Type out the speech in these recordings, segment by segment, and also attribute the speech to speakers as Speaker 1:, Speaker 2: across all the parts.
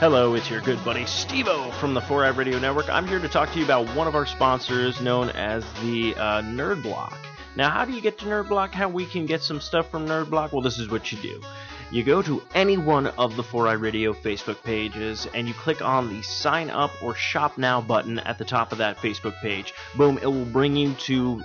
Speaker 1: Hello, it's your good buddy Stevo from the 4 Eye Radio Network. I'm here to talk to you about one of our sponsors known as the uh, Nerd Block. Now, how do you get to Nerd Block? How we can get some stuff from Nerd Block? Well, this is what you do. You go to any one of the 4 Eye Radio Facebook pages and you click on the sign up or shop now button at the top of that Facebook page. Boom, it will bring you to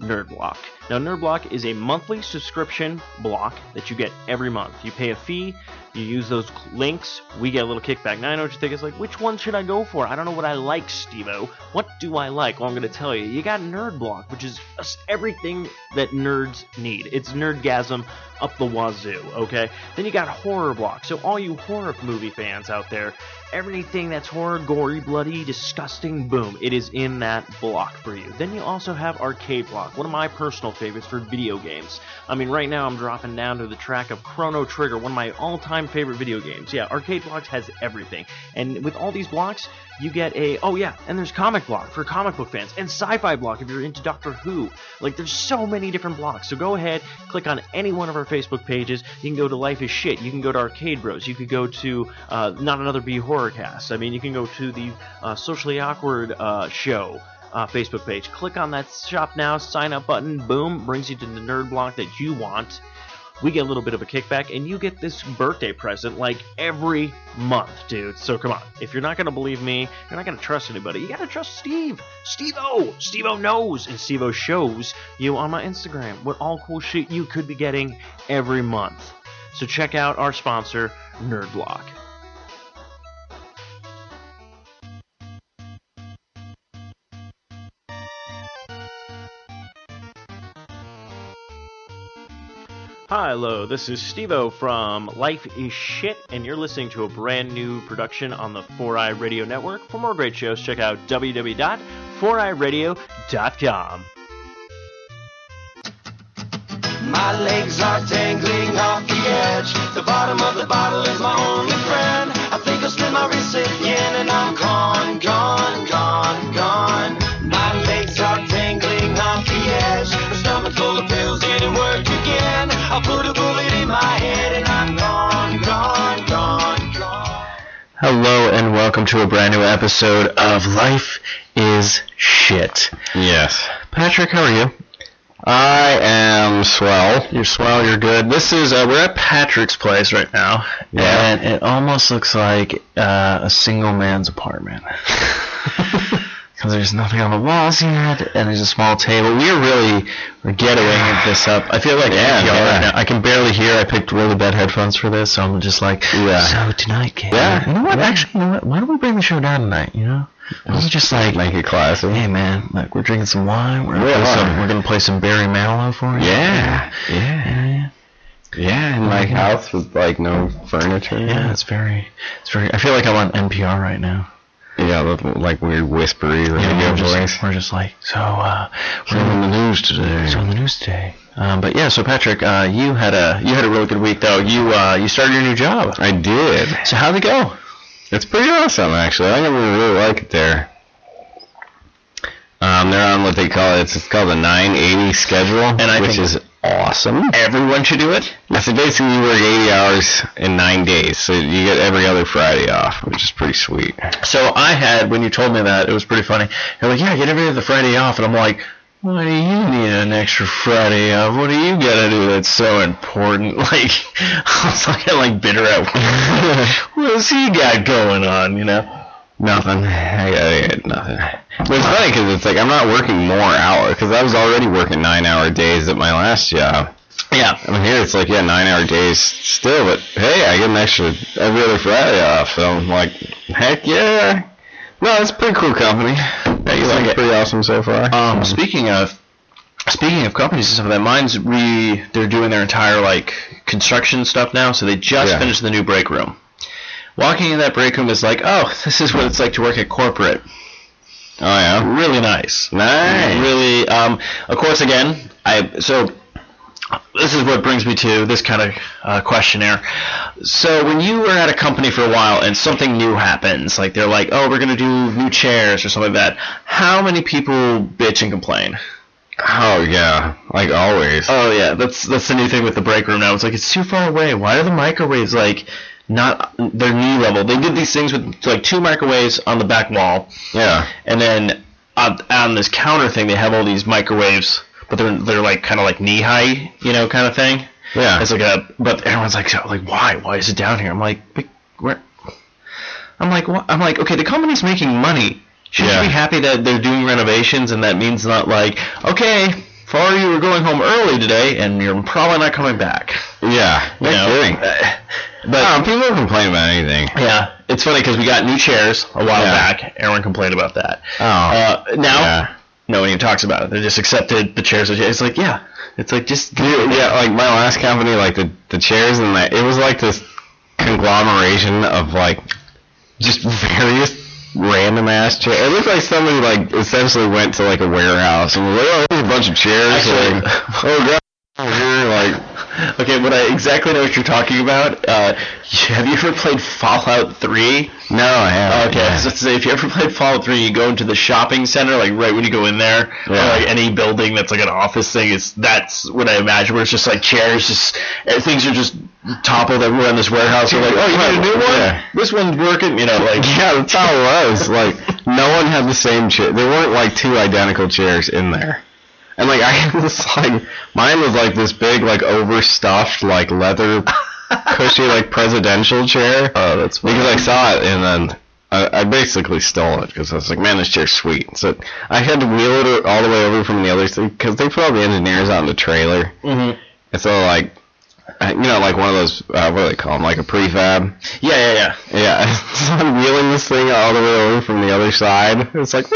Speaker 1: NerdBlock. Now, NerdBlock is a monthly subscription block that you get every month. You pay a fee, you use those cl- links, we get a little kickback. Now, I know what you think. It's like, which one should I go for? I don't know what I like, Stevo. What do I like? Well, I'm going to tell you. You got NerdBlock, which is us- everything that nerds need. It's nerdgasm up the wazoo, okay? Then you got Horror Block. So, all you horror movie fans out there, everything that's horror, gory, bloody, disgusting, boom, it is in that block for you. Then you also have Arcade Block, one of my personal favorites for video games. I mean, right now I'm dropping down to the track of Chrono Trigger, one of my all time favorite video games. Yeah, Arcade Blocks has everything. And with all these blocks, you get a. Oh, yeah, and there's Comic Block for comic book fans, and Sci Fi Block if you're into Doctor Who. Like, there's so many different blocks. So go ahead, click on any one of our Facebook pages. You can go to Life is Shit. You can go to Arcade Bros. You could go to uh, Not Another B Horrorcast. I mean, you can go to the uh, Socially Awkward uh, show uh, Facebook page. Click on that shop now, sign up button, boom, brings you to the nerd block that you want. We get a little bit of a kickback, and you get this birthday present like every month, dude. So come on. If you're not going to believe me, you're not going to trust anybody, you got to trust Steve. Steve O. Steve O knows, and Steve O shows you on my Instagram what all cool shit you could be getting every month. So check out our sponsor, Nerdblock. Hi, hello, this is Stevo from Life is Shit, and you're listening to a brand new production on the 4i Radio Network. For more great shows, check out www.4iradio.com.
Speaker 2: My legs are dangling off the edge. The bottom of the bottle is my only friend. I think I'll slit my wrists again and I'm gone, gone, gone, gone. My legs are dangling off the edge. My stomach full of pills didn't work again. I put a bullet in my head and I'm gone, gone, gone, gone.
Speaker 3: Hello and welcome to a brand new episode of Life is Shit.
Speaker 4: Yes.
Speaker 3: Patrick, how are you?
Speaker 4: I am swell.
Speaker 3: You're swell, you're good. This is, uh, we're at Patrick's place right now,
Speaker 4: Yeah.
Speaker 3: and it almost looks like uh, a single man's apartment. Because there's nothing on the walls yet, and there's a small table. We're really, we're getting this up. I feel like
Speaker 4: Yeah,
Speaker 3: NPR right
Speaker 4: yeah.
Speaker 3: now. I can barely hear. I picked really bad headphones for this, so I'm just like,
Speaker 4: Yeah.
Speaker 3: so Oh, tonight, kid.
Speaker 4: Yeah,
Speaker 3: You know what?
Speaker 4: yeah.
Speaker 3: Actually, you know what? Why don't we bring the show down tonight, you know? I was just like,
Speaker 4: Make it classy.
Speaker 3: Hey man, look, we're drinking some wine. We're, gonna
Speaker 4: We
Speaker 3: play
Speaker 4: are.
Speaker 3: some, we're gonna play some Barry Manilow for you.
Speaker 4: Yeah. Yeah.
Speaker 3: yeah,
Speaker 4: Yeah, in my house with like no furniture.
Speaker 3: yeah. It's very, it's very. I feel like I'm on NPR right now.
Speaker 4: Yeah, the, like weird whispery radio
Speaker 3: You know, we're,
Speaker 4: voice.
Speaker 3: just, we're just like, so uh, we're
Speaker 4: We're in the news today.
Speaker 3: so on the news today. Um, but yeah, so Patrick, uh, you had a you had a really good week though. You uh, you started your new job.
Speaker 4: I did.
Speaker 3: So how'd it go?
Speaker 4: It's pretty awesome, actually. I never really like it there. Um, they're on what they call it. It's, it's called the 980 schedule,
Speaker 3: And I
Speaker 4: which
Speaker 3: think-
Speaker 4: is awesome.
Speaker 3: Everyone should do it.
Speaker 4: Yeah, So basically, you work 80 hours in nine days, so you get every other Friday off, which is pretty sweet.
Speaker 3: So I had when you told me that it was pretty funny. You're like, yeah, I get every other Friday off, and I'm like, why do you need an extra Friday off? What do you gotta do that's so important? Like I was like, kinda, like bitter at work. what does he got going on? You know?
Speaker 4: Nothing. I got I got nothing. But it's funny because it's like I'm not working more hours because I was already working nine-hour days at my last job.
Speaker 3: Yeah.
Speaker 4: I'm here. It's like yeah, nine-hour days still, but hey, I get an extra every other Friday off. So I'm like, heck yeah. No, it's a pretty cool company. It's
Speaker 3: like it.
Speaker 4: like pretty awesome so far. Uh,
Speaker 3: Um, speaking of speaking of companies and stuff like that, mine's re they're doing their entire like construction stuff now, so they just
Speaker 4: Yeah.
Speaker 3: finished the new break room. Walking in that break room is like, oh, this is what it's like to work at corporate.
Speaker 4: oh yeah.
Speaker 3: Really nice.
Speaker 4: Nice.
Speaker 3: Really, um, of course, again, I so this is what brings me to this kind of uh, questionnaire. So when you were at a company for a while and something new happens, like they're like, oh, we're gonna do new chairs or something like that. How many people bitch and complain?
Speaker 4: Oh yeah. Like always.
Speaker 3: Oh yeah, that's that's the new thing with the break room now. It's like it's too far away. Why are the microwaves like not their knee level. They did these things with like two microwaves on the back wall,
Speaker 4: Yeah.
Speaker 3: and then on, on this counter thing they have all these microwaves, but they're they're like kind of like knee high, you know, kind of thing.
Speaker 4: Yeah.
Speaker 3: It's like a but everyone's like so- like why why is it down here? I'm like "But where? I'm like what? I'm like okay the company's making money. Should
Speaker 4: Yeah.
Speaker 3: you be happy that they're doing renovations and that means not like okay for all you were going home early today and you're probably not coming back.
Speaker 4: yeah. No
Speaker 3: You know?
Speaker 4: kidding.
Speaker 3: But
Speaker 4: No, people complain about anything.
Speaker 3: yeah, it's funny because we got new chairs a while
Speaker 4: Yeah.
Speaker 3: back. Aaron complained about that.
Speaker 4: Oh.
Speaker 3: Uh, now
Speaker 4: Yeah.
Speaker 3: no one even talks about it. They just accepted the chairs. It's like yeah, it's like just
Speaker 4: Dude, yeah, like my last company, like the, the chairs and that, it was like this conglomeration of like just various random ass chairs. It looked like somebody like essentially went to like a warehouse and was like, oh, here's a bunch of chairs.
Speaker 3: Actually-
Speaker 4: like, oh god, over here, like
Speaker 3: Okay, what I exactly know what you're talking about. Uh, have you ever played Fallout 3?
Speaker 4: no, I haven't.
Speaker 3: Okay,
Speaker 4: yeah.
Speaker 3: so let's say if you ever played Fallout 3, you go into the shopping center, like right when you go in there,
Speaker 4: Yeah.
Speaker 3: or like any building that's like an office thing. It's that's what I imagine. Where it's just like chairs, just and things are just toppled everywhere in this warehouse. You're like, oh, you need a new one.
Speaker 4: Yeah.
Speaker 3: This one's working. You know, like
Speaker 4: yeah, that's how it was. Like no one had the same chair. There weren't like two identical chairs in there. And like I was like mine was like this big like overstuffed like leather cushy like presidential chair.
Speaker 3: oh, that's
Speaker 4: Because I saw it and then I, I basically stole it because I was like, man, this chair's sweet. So I had to wheel it all the way over from the other side because they put all the engineers out in the trailer.
Speaker 3: Mhm.
Speaker 4: And so like, I- you know, like one of those uh, what do they call them? Like a prefab.
Speaker 3: Yeah, yeah, yeah.
Speaker 4: Yeah, so I'm wheeling this thing all the way over from the other side. It's like,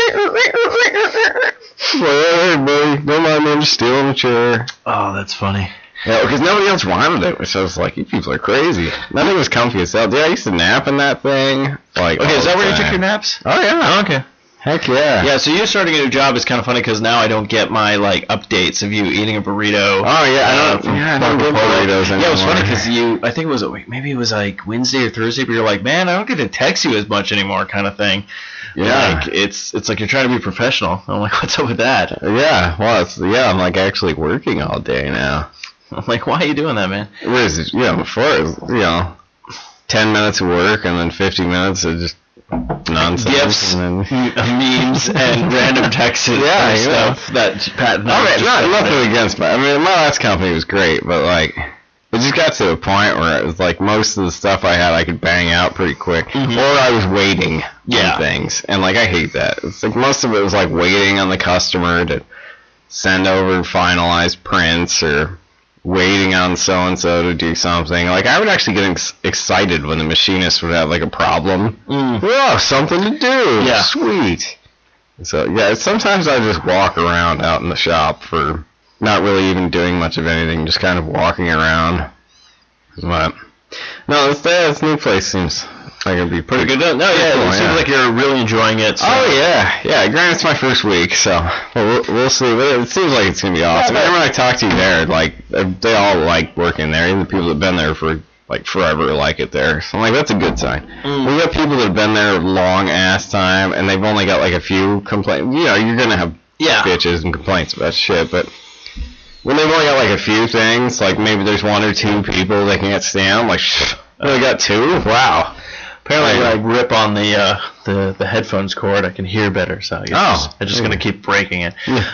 Speaker 4: hey, buddy, don't mind me, I'm just stealing a chair.
Speaker 3: Oh, that's funny.
Speaker 4: Yeah, because nobody else wanted it, which I was like, you people are crazy. That thing was comfy as hell. Dude, I used to nap in that thing. Like,
Speaker 3: Okay,
Speaker 4: all
Speaker 3: is
Speaker 4: the
Speaker 3: that where you took
Speaker 4: time.
Speaker 3: your naps?
Speaker 4: Oh, yeah.
Speaker 3: okay.
Speaker 4: Heck yeah.
Speaker 3: Yeah, so you starting a new job is kind of funny because now I don't get my like updates of you eating a burrito.
Speaker 4: Oh, yeah, I don't,
Speaker 3: Uh,
Speaker 4: yeah, I don't get burritos anymore.
Speaker 3: Yeah, it was funny because you, I think it was maybe it was like Wednesday or Thursday, but you're like, man, I don't get to text you as much anymore, kind of thing.
Speaker 4: Yeah.
Speaker 3: like, it's it's like you're trying to be professional. I'm like, what's up with that?
Speaker 4: yeah, well, it's, yeah, I'm like actually working all day now.
Speaker 3: I'm like, why are you doing that, man?
Speaker 4: What is it? Yeah, before it was, you know, 10 minutes of work and then 50 minutes of just nonsense.
Speaker 3: Gifts,
Speaker 4: And then,
Speaker 3: memes, and random texts and
Speaker 4: Yeah, yeah.
Speaker 3: stuff that Pat. and I
Speaker 4: All right,
Speaker 3: just
Speaker 4: not,
Speaker 3: said.
Speaker 4: nothing against my. I mean, my last company was great, but like, it just got to a point where it was like most of the stuff I had I could bang out pretty quick, or I was waiting
Speaker 3: Mm-hmm. Yeah.
Speaker 4: on things, and like I hate that. It's like most of it was like waiting on the customer to send over finalized prints or waiting on so and so to do something. Like I would actually get ex- excited when the machinist would have like a problem.
Speaker 3: Mm.
Speaker 4: Oh, something to do.
Speaker 3: Yeah.
Speaker 4: Sweet. So yeah, sometimes I just walk around out in the shop for not really even doing much of anything, just kind of walking around. But no, this, this new place seems like it'd be pretty
Speaker 3: Pretty good. No, yeah,
Speaker 4: Cool,
Speaker 3: it seems
Speaker 4: yeah.
Speaker 3: like you're really enjoying it. So.
Speaker 4: Oh yeah, yeah. Granted, it's my first week, so but we'll, we'll see. But it seems like it's gonna be awesome.
Speaker 3: but-
Speaker 4: Everyone I talk to there, like they all like working there. Even the people that've been there for like forever like it there. So I'm like, that's a good sign.
Speaker 3: Mm.
Speaker 4: We got people that've been there a long ass time, and they've only got like a few complaints. You know, you're gonna have
Speaker 3: Yeah.
Speaker 4: bitches and complaints about shit, but. When they've only got like a few things, like maybe there's one or two people they can't stand, I'm like, shh, only got two? Wow.
Speaker 3: Apparently,
Speaker 4: Right.
Speaker 3: when I rip on the uh, the the headphones cord, I can hear better. So I guess
Speaker 4: Oh.
Speaker 3: I'm just gonna keep breaking it. Uh,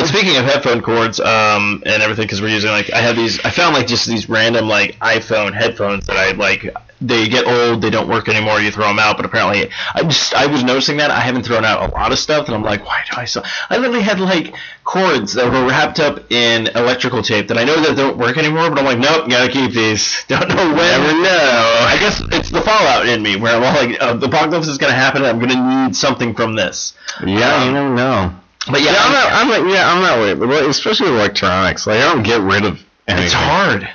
Speaker 3: but speaking of headphone cords um, and everything, because we're using like I have these, I found like just these random like iPhone headphones that I like. They get old, they don't work anymore. You throw them out, but apparently I just I was noticing that I haven't thrown out a lot of stuff, and I'm like, why do I still? I literally had like cords that were wrapped up in electrical tape that I know that don't work anymore, but I'm like, nope, gotta keep these. Don't know when.
Speaker 4: Never
Speaker 3: know. I guess it's the fallout in me where I'm all like, uh, the apocalypse is gonna happen. I'm gonna need something from this.
Speaker 4: Yeah, you never know.
Speaker 3: But yeah,
Speaker 4: Yeah,
Speaker 3: I'm-
Speaker 4: I'm not. I'm not. Yeah, I'm not. With, but like, especially with electronics, like I don't get rid of anything.
Speaker 3: it's hard.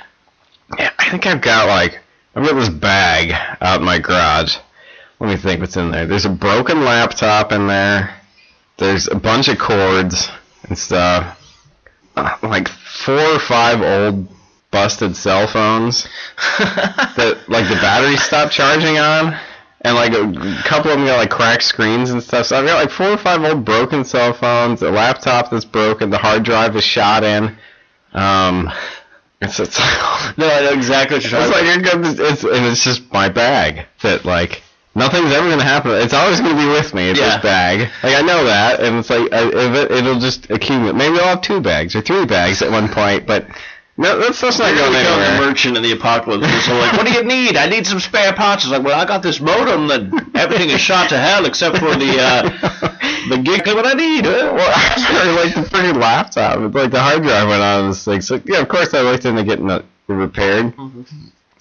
Speaker 4: Yeah, I think I've got like I've got this bag out in my garage. Let me think what's in there. There's a broken laptop in there. There's a bunch of cords and stuff. Uh, Like four or five old busted cell phones that like the battery stopped charging on, and like a couple of them got like cracked screens and stuff. So I've got like four or five old broken cell phones, a laptop that's broken, the hard drive is shot in. Um, It's, it's, it's
Speaker 3: No, I know exactly what you're talking
Speaker 4: like
Speaker 3: about.
Speaker 4: you're gonna, it's, and it's just my bag that like nothing's ever gonna happen. It's always gonna be with me. It's
Speaker 3: Yeah.
Speaker 4: this bag. Like I know that, and it's like I, if it, it'll just accumulate. Maybe I'll have two bags or three bags at one point, but no, that's that's not
Speaker 3: You're
Speaker 4: going
Speaker 3: becoming the
Speaker 4: anywhere.
Speaker 3: merchant of the apocalypse. It's all like, what do you need? I need some spare parts. It's like, well, I got this modem that everything is shot to hell except for the uh, the gig. What I need?
Speaker 4: Yeah, well, actually, like the freaking laptop, it's like the hard drive went on this thing. So yeah, of course I looked into getting it repaired. I'm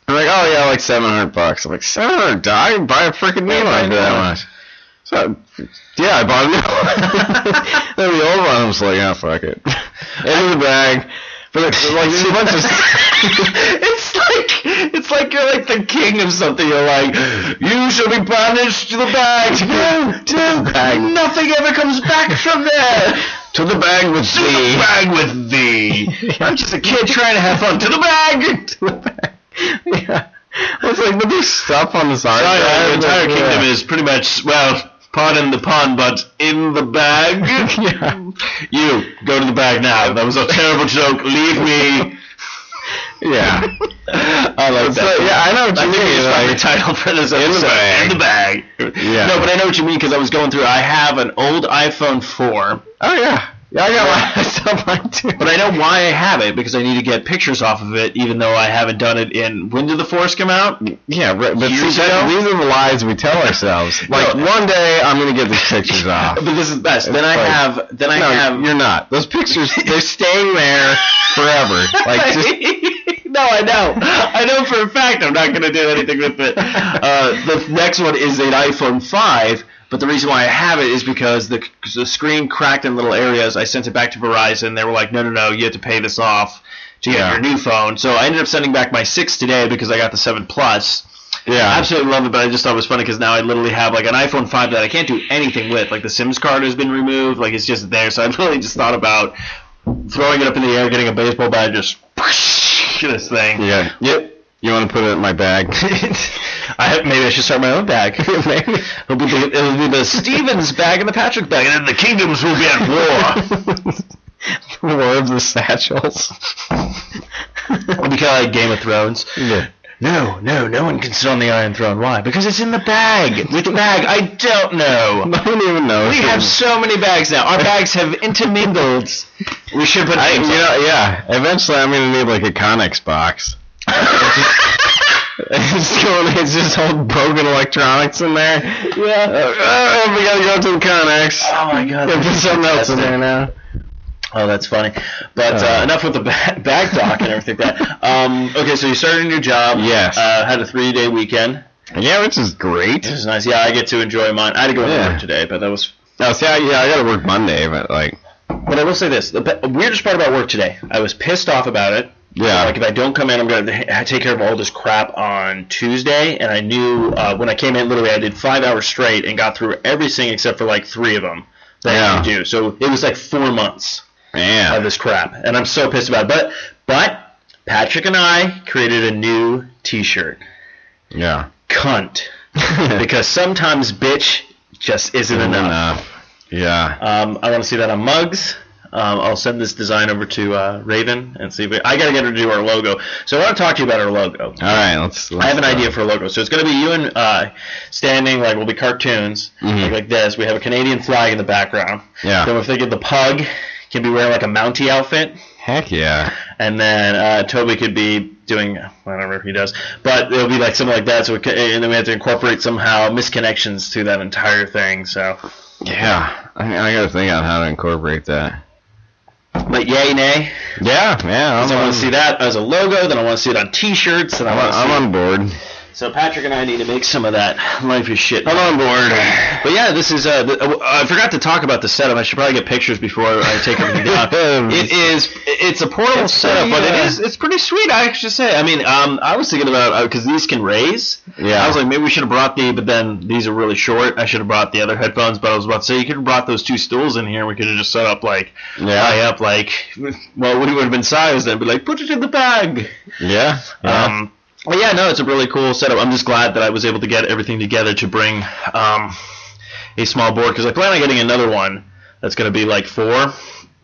Speaker 4: like, oh yeah, like seven hundred bucks. I'm like, seven hundred? I can buy a freaking
Speaker 3: buy
Speaker 4: new
Speaker 3: a
Speaker 4: one for
Speaker 3: new
Speaker 4: that
Speaker 3: one.
Speaker 4: much. So yeah, I bought a new one. then the old one, I was like, oh fuck it, into the bag. But it's like there's a bunch of.
Speaker 3: It's like it's like you're like the king of something. You're like, you shall be banished to the bag. No,
Speaker 4: to the bag.
Speaker 3: no, nothing ever comes back from there.
Speaker 4: To the bag with
Speaker 3: To the
Speaker 4: thee.
Speaker 3: bag with thee. I'm just a kid trying to have fun. To the bag.
Speaker 4: To the bag. Yeah. I was like, but there's stuff on this hard
Speaker 3: China,
Speaker 4: drive.
Speaker 3: the entire
Speaker 4: Yeah.
Speaker 3: kingdom is pretty much well, pardon the pun, but in the bag. You go to the bag now. That was a terrible joke. Leave me.
Speaker 4: Yeah.
Speaker 3: I like
Speaker 4: So, yeah, I know what
Speaker 3: I
Speaker 4: you
Speaker 3: think we
Speaker 4: mean.
Speaker 3: just found the
Speaker 4: Like,
Speaker 3: title for this episode.
Speaker 4: bag.
Speaker 3: In the bag.
Speaker 4: Yeah.
Speaker 3: No, but I know what you mean because I was going through. I have an old iPhone 4,
Speaker 4: oh yeah, yeah, I got my stuff on too.
Speaker 3: but I know why I have it because I need to get pictures off of it, even though I haven't done it in. When did the 4s come out?
Speaker 4: Yeah, right, but
Speaker 3: Years
Speaker 4: see, that,
Speaker 3: ago?
Speaker 4: these are the lies we tell ourselves. Like
Speaker 3: No.
Speaker 4: one day I'm gonna get these pictures off.
Speaker 3: But this is best.
Speaker 4: It's
Speaker 3: then I
Speaker 4: like-
Speaker 3: have. Then I
Speaker 4: no,
Speaker 3: have.
Speaker 4: you're not. Those pictures they're staying there forever. Like just
Speaker 3: no, I know. I know for a fact I'm not going to do anything with it. Uh, the next one is an iPhone 5, but the reason why I have it is because the, 'cause the screen cracked in little areas. I sent it back to Verizon. They were like, no, no, no, you have to pay this off to get
Speaker 4: Yeah.
Speaker 3: your new phone. So I ended up sending back my 6 today because I got the 7 Plus.
Speaker 4: yeah,
Speaker 3: I absolutely love it, but I just thought it was funny because now I literally have like an iPhone 5 that I can't do anything with. Like the Sims card has been removed, like it's just there. So I really just thought about throwing it up in the air, getting a baseball bat, and just this thing.
Speaker 4: Yeah. Yep. You want to put it in my bag?
Speaker 3: I have, maybe I should start my own bag.
Speaker 4: Maybe.
Speaker 3: It'll be, the, it'll be the Stevens bag and the Patrick bag, and then the kingdoms will be at war.
Speaker 4: War of the satchels.
Speaker 3: It'll be kind of like Game of Thrones.
Speaker 4: yeah.
Speaker 3: No, no, no one can sit on the Iron Throne. Why? Because it's in the bag. Which bag? I don't know.
Speaker 4: No one even knows.
Speaker 3: We have so many bags now. Our bags have intermingled. We should put
Speaker 4: I, you
Speaker 3: names on
Speaker 4: know, yeah. Eventually, I'm gonna need like a Connex box. it's going. It's just all broken electronics in there.
Speaker 3: Yeah.
Speaker 4: Uh, oh, we gotta go up to the Connex.
Speaker 3: Oh my god.
Speaker 4: Gotta put something else in there now.
Speaker 3: Oh, that's funny. But uh,
Speaker 4: Uh.
Speaker 3: enough with the ba- bag talk and everything like that. Um, okay, so you started a new job.
Speaker 4: Yes.
Speaker 3: Uh, had a three day weekend.
Speaker 4: Yeah, which is great.
Speaker 3: This is nice. Yeah, I get to enjoy mine. I had to go
Speaker 4: Yeah.
Speaker 3: to work today, but that was.
Speaker 4: No, Oh, see, I, yeah, I gotta work Monday, but like,
Speaker 3: But I will say this: the pe- weirdest part about work today, I was pissed off about it. Uh,
Speaker 4: yeah,
Speaker 3: Like if I don't come in, I'm gonna ha- take care of all this crap on Tuesday. And I knew uh, when I came in, literally, I did five hours straight and got through everything except for like three of them that I
Speaker 4: Yeah.
Speaker 3: could do. So it was like four months of
Speaker 4: man.
Speaker 3: this crap, and I'm so pissed about it. But but Patrick and I created a new T-shirt,
Speaker 4: yeah.
Speaker 3: cunt, because sometimes bitch just isn't
Speaker 4: Mm-hmm.
Speaker 3: enough.
Speaker 4: enough. uh, Yeah.
Speaker 3: Um, I want to see that on mugs. Um, I'll send this design over to uh, Raven and see if we, I gotta get her to do our logo. So I want to talk to you about our logo.
Speaker 4: All right, let's. let's uh,
Speaker 3: I have an idea for a logo. So it's going to be you and uh, standing, like, will be cartoons,
Speaker 4: Mhm.
Speaker 3: like, like this. We have a Canadian flag in the background.
Speaker 4: Yeah.
Speaker 3: Then we're thinking the pug can be wearing, like, a Mountie outfit.
Speaker 4: Heck yeah.
Speaker 3: And then uh, Toby could be doing whatever he does. But it'll be, like, something like that. So it could, And then we have to incorporate somehow misconnections to that entire thing. So,
Speaker 4: Yeah. I, I gotta think on how to incorporate that.
Speaker 3: but yay, nay.
Speaker 4: Yeah, man. I'm,
Speaker 3: So I
Speaker 4: on,
Speaker 3: want to see that as a logo. Then I want to see it on t shirts. And I
Speaker 4: I'm,
Speaker 3: want
Speaker 4: on,
Speaker 3: to see
Speaker 4: I'm on board.
Speaker 3: So Patrick and I need to make some of that life is shit.
Speaker 4: I'm on board.
Speaker 3: But yeah, this is. Uh, the, uh, I forgot to talk about the setup. I should probably get pictures before I take everything down. it is. It's a portable
Speaker 4: It's
Speaker 3: setup,
Speaker 4: pretty,
Speaker 3: but it
Speaker 4: uh,
Speaker 3: is. It's pretty sweet. I have to say. I mean, um, I was thinking about because these can raise.
Speaker 4: Yeah.
Speaker 3: I was like, maybe we should have brought the, but then these are really short. I should have brought the other headphones. But I was about to say you could have brought those two stools in here. We could have just set up like
Speaker 4: Yeah.
Speaker 3: high up, like well, what would have been size then? Be like, put it in the bag.
Speaker 4: yeah. yeah.
Speaker 3: Um, well, yeah, no, it's a really cool setup. I'm just glad that I was able to get everything together to bring um, a small board because I plan on getting another one that's going to be like four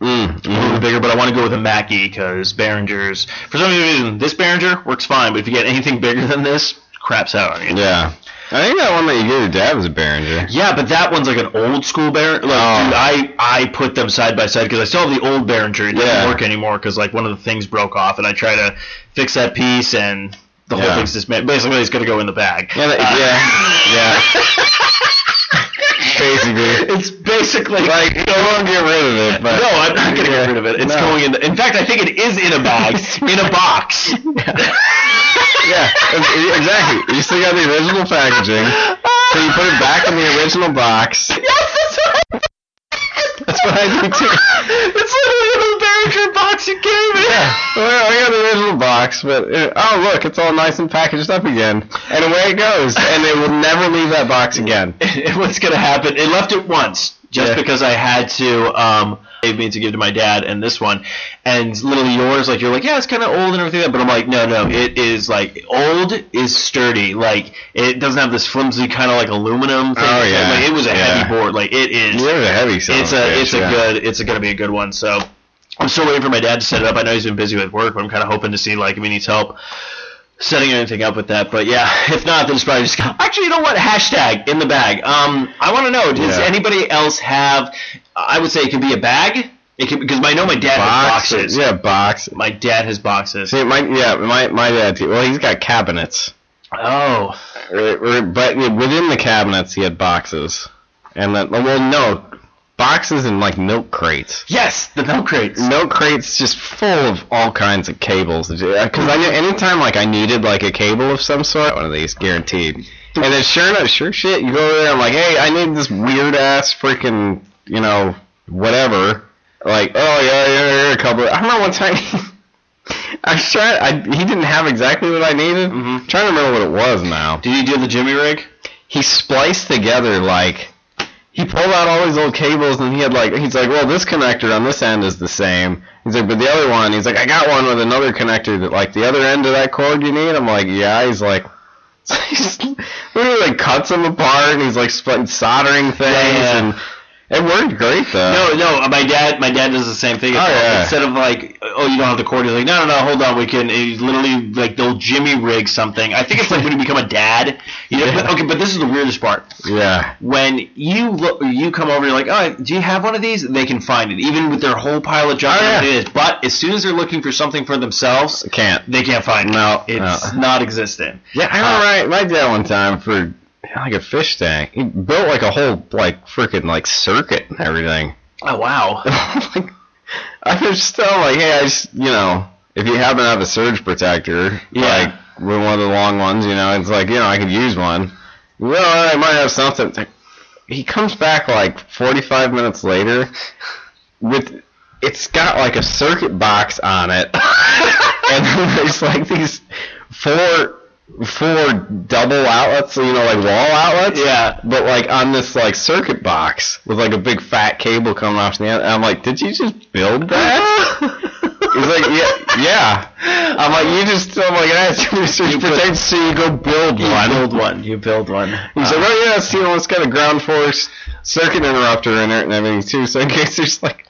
Speaker 4: Mm,
Speaker 3: a little
Speaker 4: mhm.
Speaker 3: bit bigger, but I want to go with a Mackie because Behringer's. For some reason, this Behringer works fine, but if you get anything bigger than this, crap's out on you.
Speaker 4: Yeah. I think that one that you gave your dad was a Behringer.
Speaker 3: Yeah, but that one's like an old school Behringer. Like,
Speaker 4: Oh.
Speaker 3: dude, I, I put them side by side because I still have the old Behringer. It doesn't
Speaker 4: Yeah.
Speaker 3: work anymore because like one of the things broke off, and I try to fix that piece, and the whole
Speaker 4: Yeah.
Speaker 3: thing's dismantled. Basically, it's gonna go in the bag. Uh,
Speaker 4: Yeah, that- yeah, yeah. Basically,
Speaker 3: It's basically
Speaker 4: like you won't get rid of it, but
Speaker 3: no, I'm not gonna get rid of it. It's
Speaker 4: No.
Speaker 3: going in. The, in fact, I think it is in a bag, in a box.
Speaker 4: yeah, it's- exactly. You still got the original packaging, so you put it back in the original box. That's what I do too.
Speaker 3: It's literally in the Behringer box you gave me.
Speaker 4: Well, I got the original box, but uh, oh look, it's all nice and packaged up again, and away it goes, and it will never leave that box again.
Speaker 3: what's gonna happen. It left it once, just
Speaker 4: Yeah.
Speaker 3: because I had to um gave me to give to my dad and this one. And literally yours, like you're like, yeah, it's kinda old and everything, but I'm like, no, no, it is like old is sturdy. Like it doesn't have this flimsy kind of like aluminum thing.
Speaker 4: Oh, yeah.
Speaker 3: Like, it was a
Speaker 4: Yeah.
Speaker 3: heavy board. Like it is
Speaker 4: You're a heavy son of
Speaker 3: it's a it's
Speaker 4: bitch, yeah.
Speaker 3: a good it's gonna be a good one. So I'm still waiting for my dad to set it up. I know he's been busy with work, but I'm kind of hoping to see like if he needs help setting anything up with that. But yeah, if not, then it's probably just actually you know what hashtag in the bag. Um, I want to know does
Speaker 4: Yeah.
Speaker 3: anybody else have? I would say it could be a bag. It could because I know my dad
Speaker 4: box.
Speaker 3: has boxes.
Speaker 4: Yeah, box.
Speaker 3: My dad has boxes.
Speaker 4: See, my yeah, my my dad. too. Well, he's got cabinets,
Speaker 3: Oh,
Speaker 4: Or- or- but within the cabinets he had boxes, and then well, no, boxes and like milk crates.
Speaker 3: yes, the milk crates.
Speaker 4: Milk crates just full of all kinds of cables. Because I knew anytime like I needed like a cable of some sort, one of these guaranteed. And then sure enough, sure shit, you go over there. I'm like, hey, I need this weird ass freaking you know whatever. Like, oh yeah, yeah, yeah, a couple. I remember one time. I was trying. I, he didn't have exactly what I needed. I'm trying to remember what it was now.
Speaker 3: Did you Mm-hmm. do the Jimmy rig?
Speaker 4: He spliced together like he pulled out all these old cables and he had like he's like, well, this connector on this end is the same. He's like, but the other one, he's like, I got one with another connector that like the other end of that cord you need. I'm like, yeah. He's like. So he just literally like cuts them apart and he's like split, soldering things
Speaker 3: yeah.
Speaker 4: and it worked great though.
Speaker 3: No, no. My dad, my dad does the same thing.
Speaker 4: Oh, yeah.
Speaker 3: Instead of like, oh, you don't have the cord. He's like, no, no, no. Hold on, we can. He's literally like they'll Jimmy rig something. I think it's like when you become a dad. You know, but, okay, but this is the weirdest part.
Speaker 4: Yeah.
Speaker 3: When you look, you come over, you're like, oh, do you have one of these? They can find it, even with their whole pile of junk.
Speaker 4: Oh,
Speaker 3: that
Speaker 4: yeah.
Speaker 3: It is. But as soon as they're looking for something for themselves,
Speaker 4: Can't.
Speaker 3: they can't find
Speaker 4: No,
Speaker 3: it. It's
Speaker 4: no.
Speaker 3: not existent.
Speaker 4: Yeah,
Speaker 3: Uh,
Speaker 4: I remember my, my dad one time for like a fish tank. He built like a whole like freaking like circuit and everything.
Speaker 3: Oh wow.
Speaker 4: like, I was still like, hey, I just you know, if you happen to have a surge protector,
Speaker 3: Yeah.
Speaker 4: like with one of the long ones, you know, it's like you know I could use one. Well, I might have something. It's like, he comes back like 45 minutes later with it's got like a circuit box on it and then there's like these four four double outlets so you know like wall outlets
Speaker 3: Yeah.
Speaker 4: but like on this like circuit box with like a big fat cable coming off the end and i'm like did you just build that he's like yeah yeah i'm like you just i'm like i have to research protect so you go build
Speaker 3: You
Speaker 4: one
Speaker 3: build one. You build one.
Speaker 4: He's
Speaker 3: Uh,
Speaker 4: like, oh yeah, it's, you know, it's got a ground force circuit interrupter in it and everything too. So in case there's like,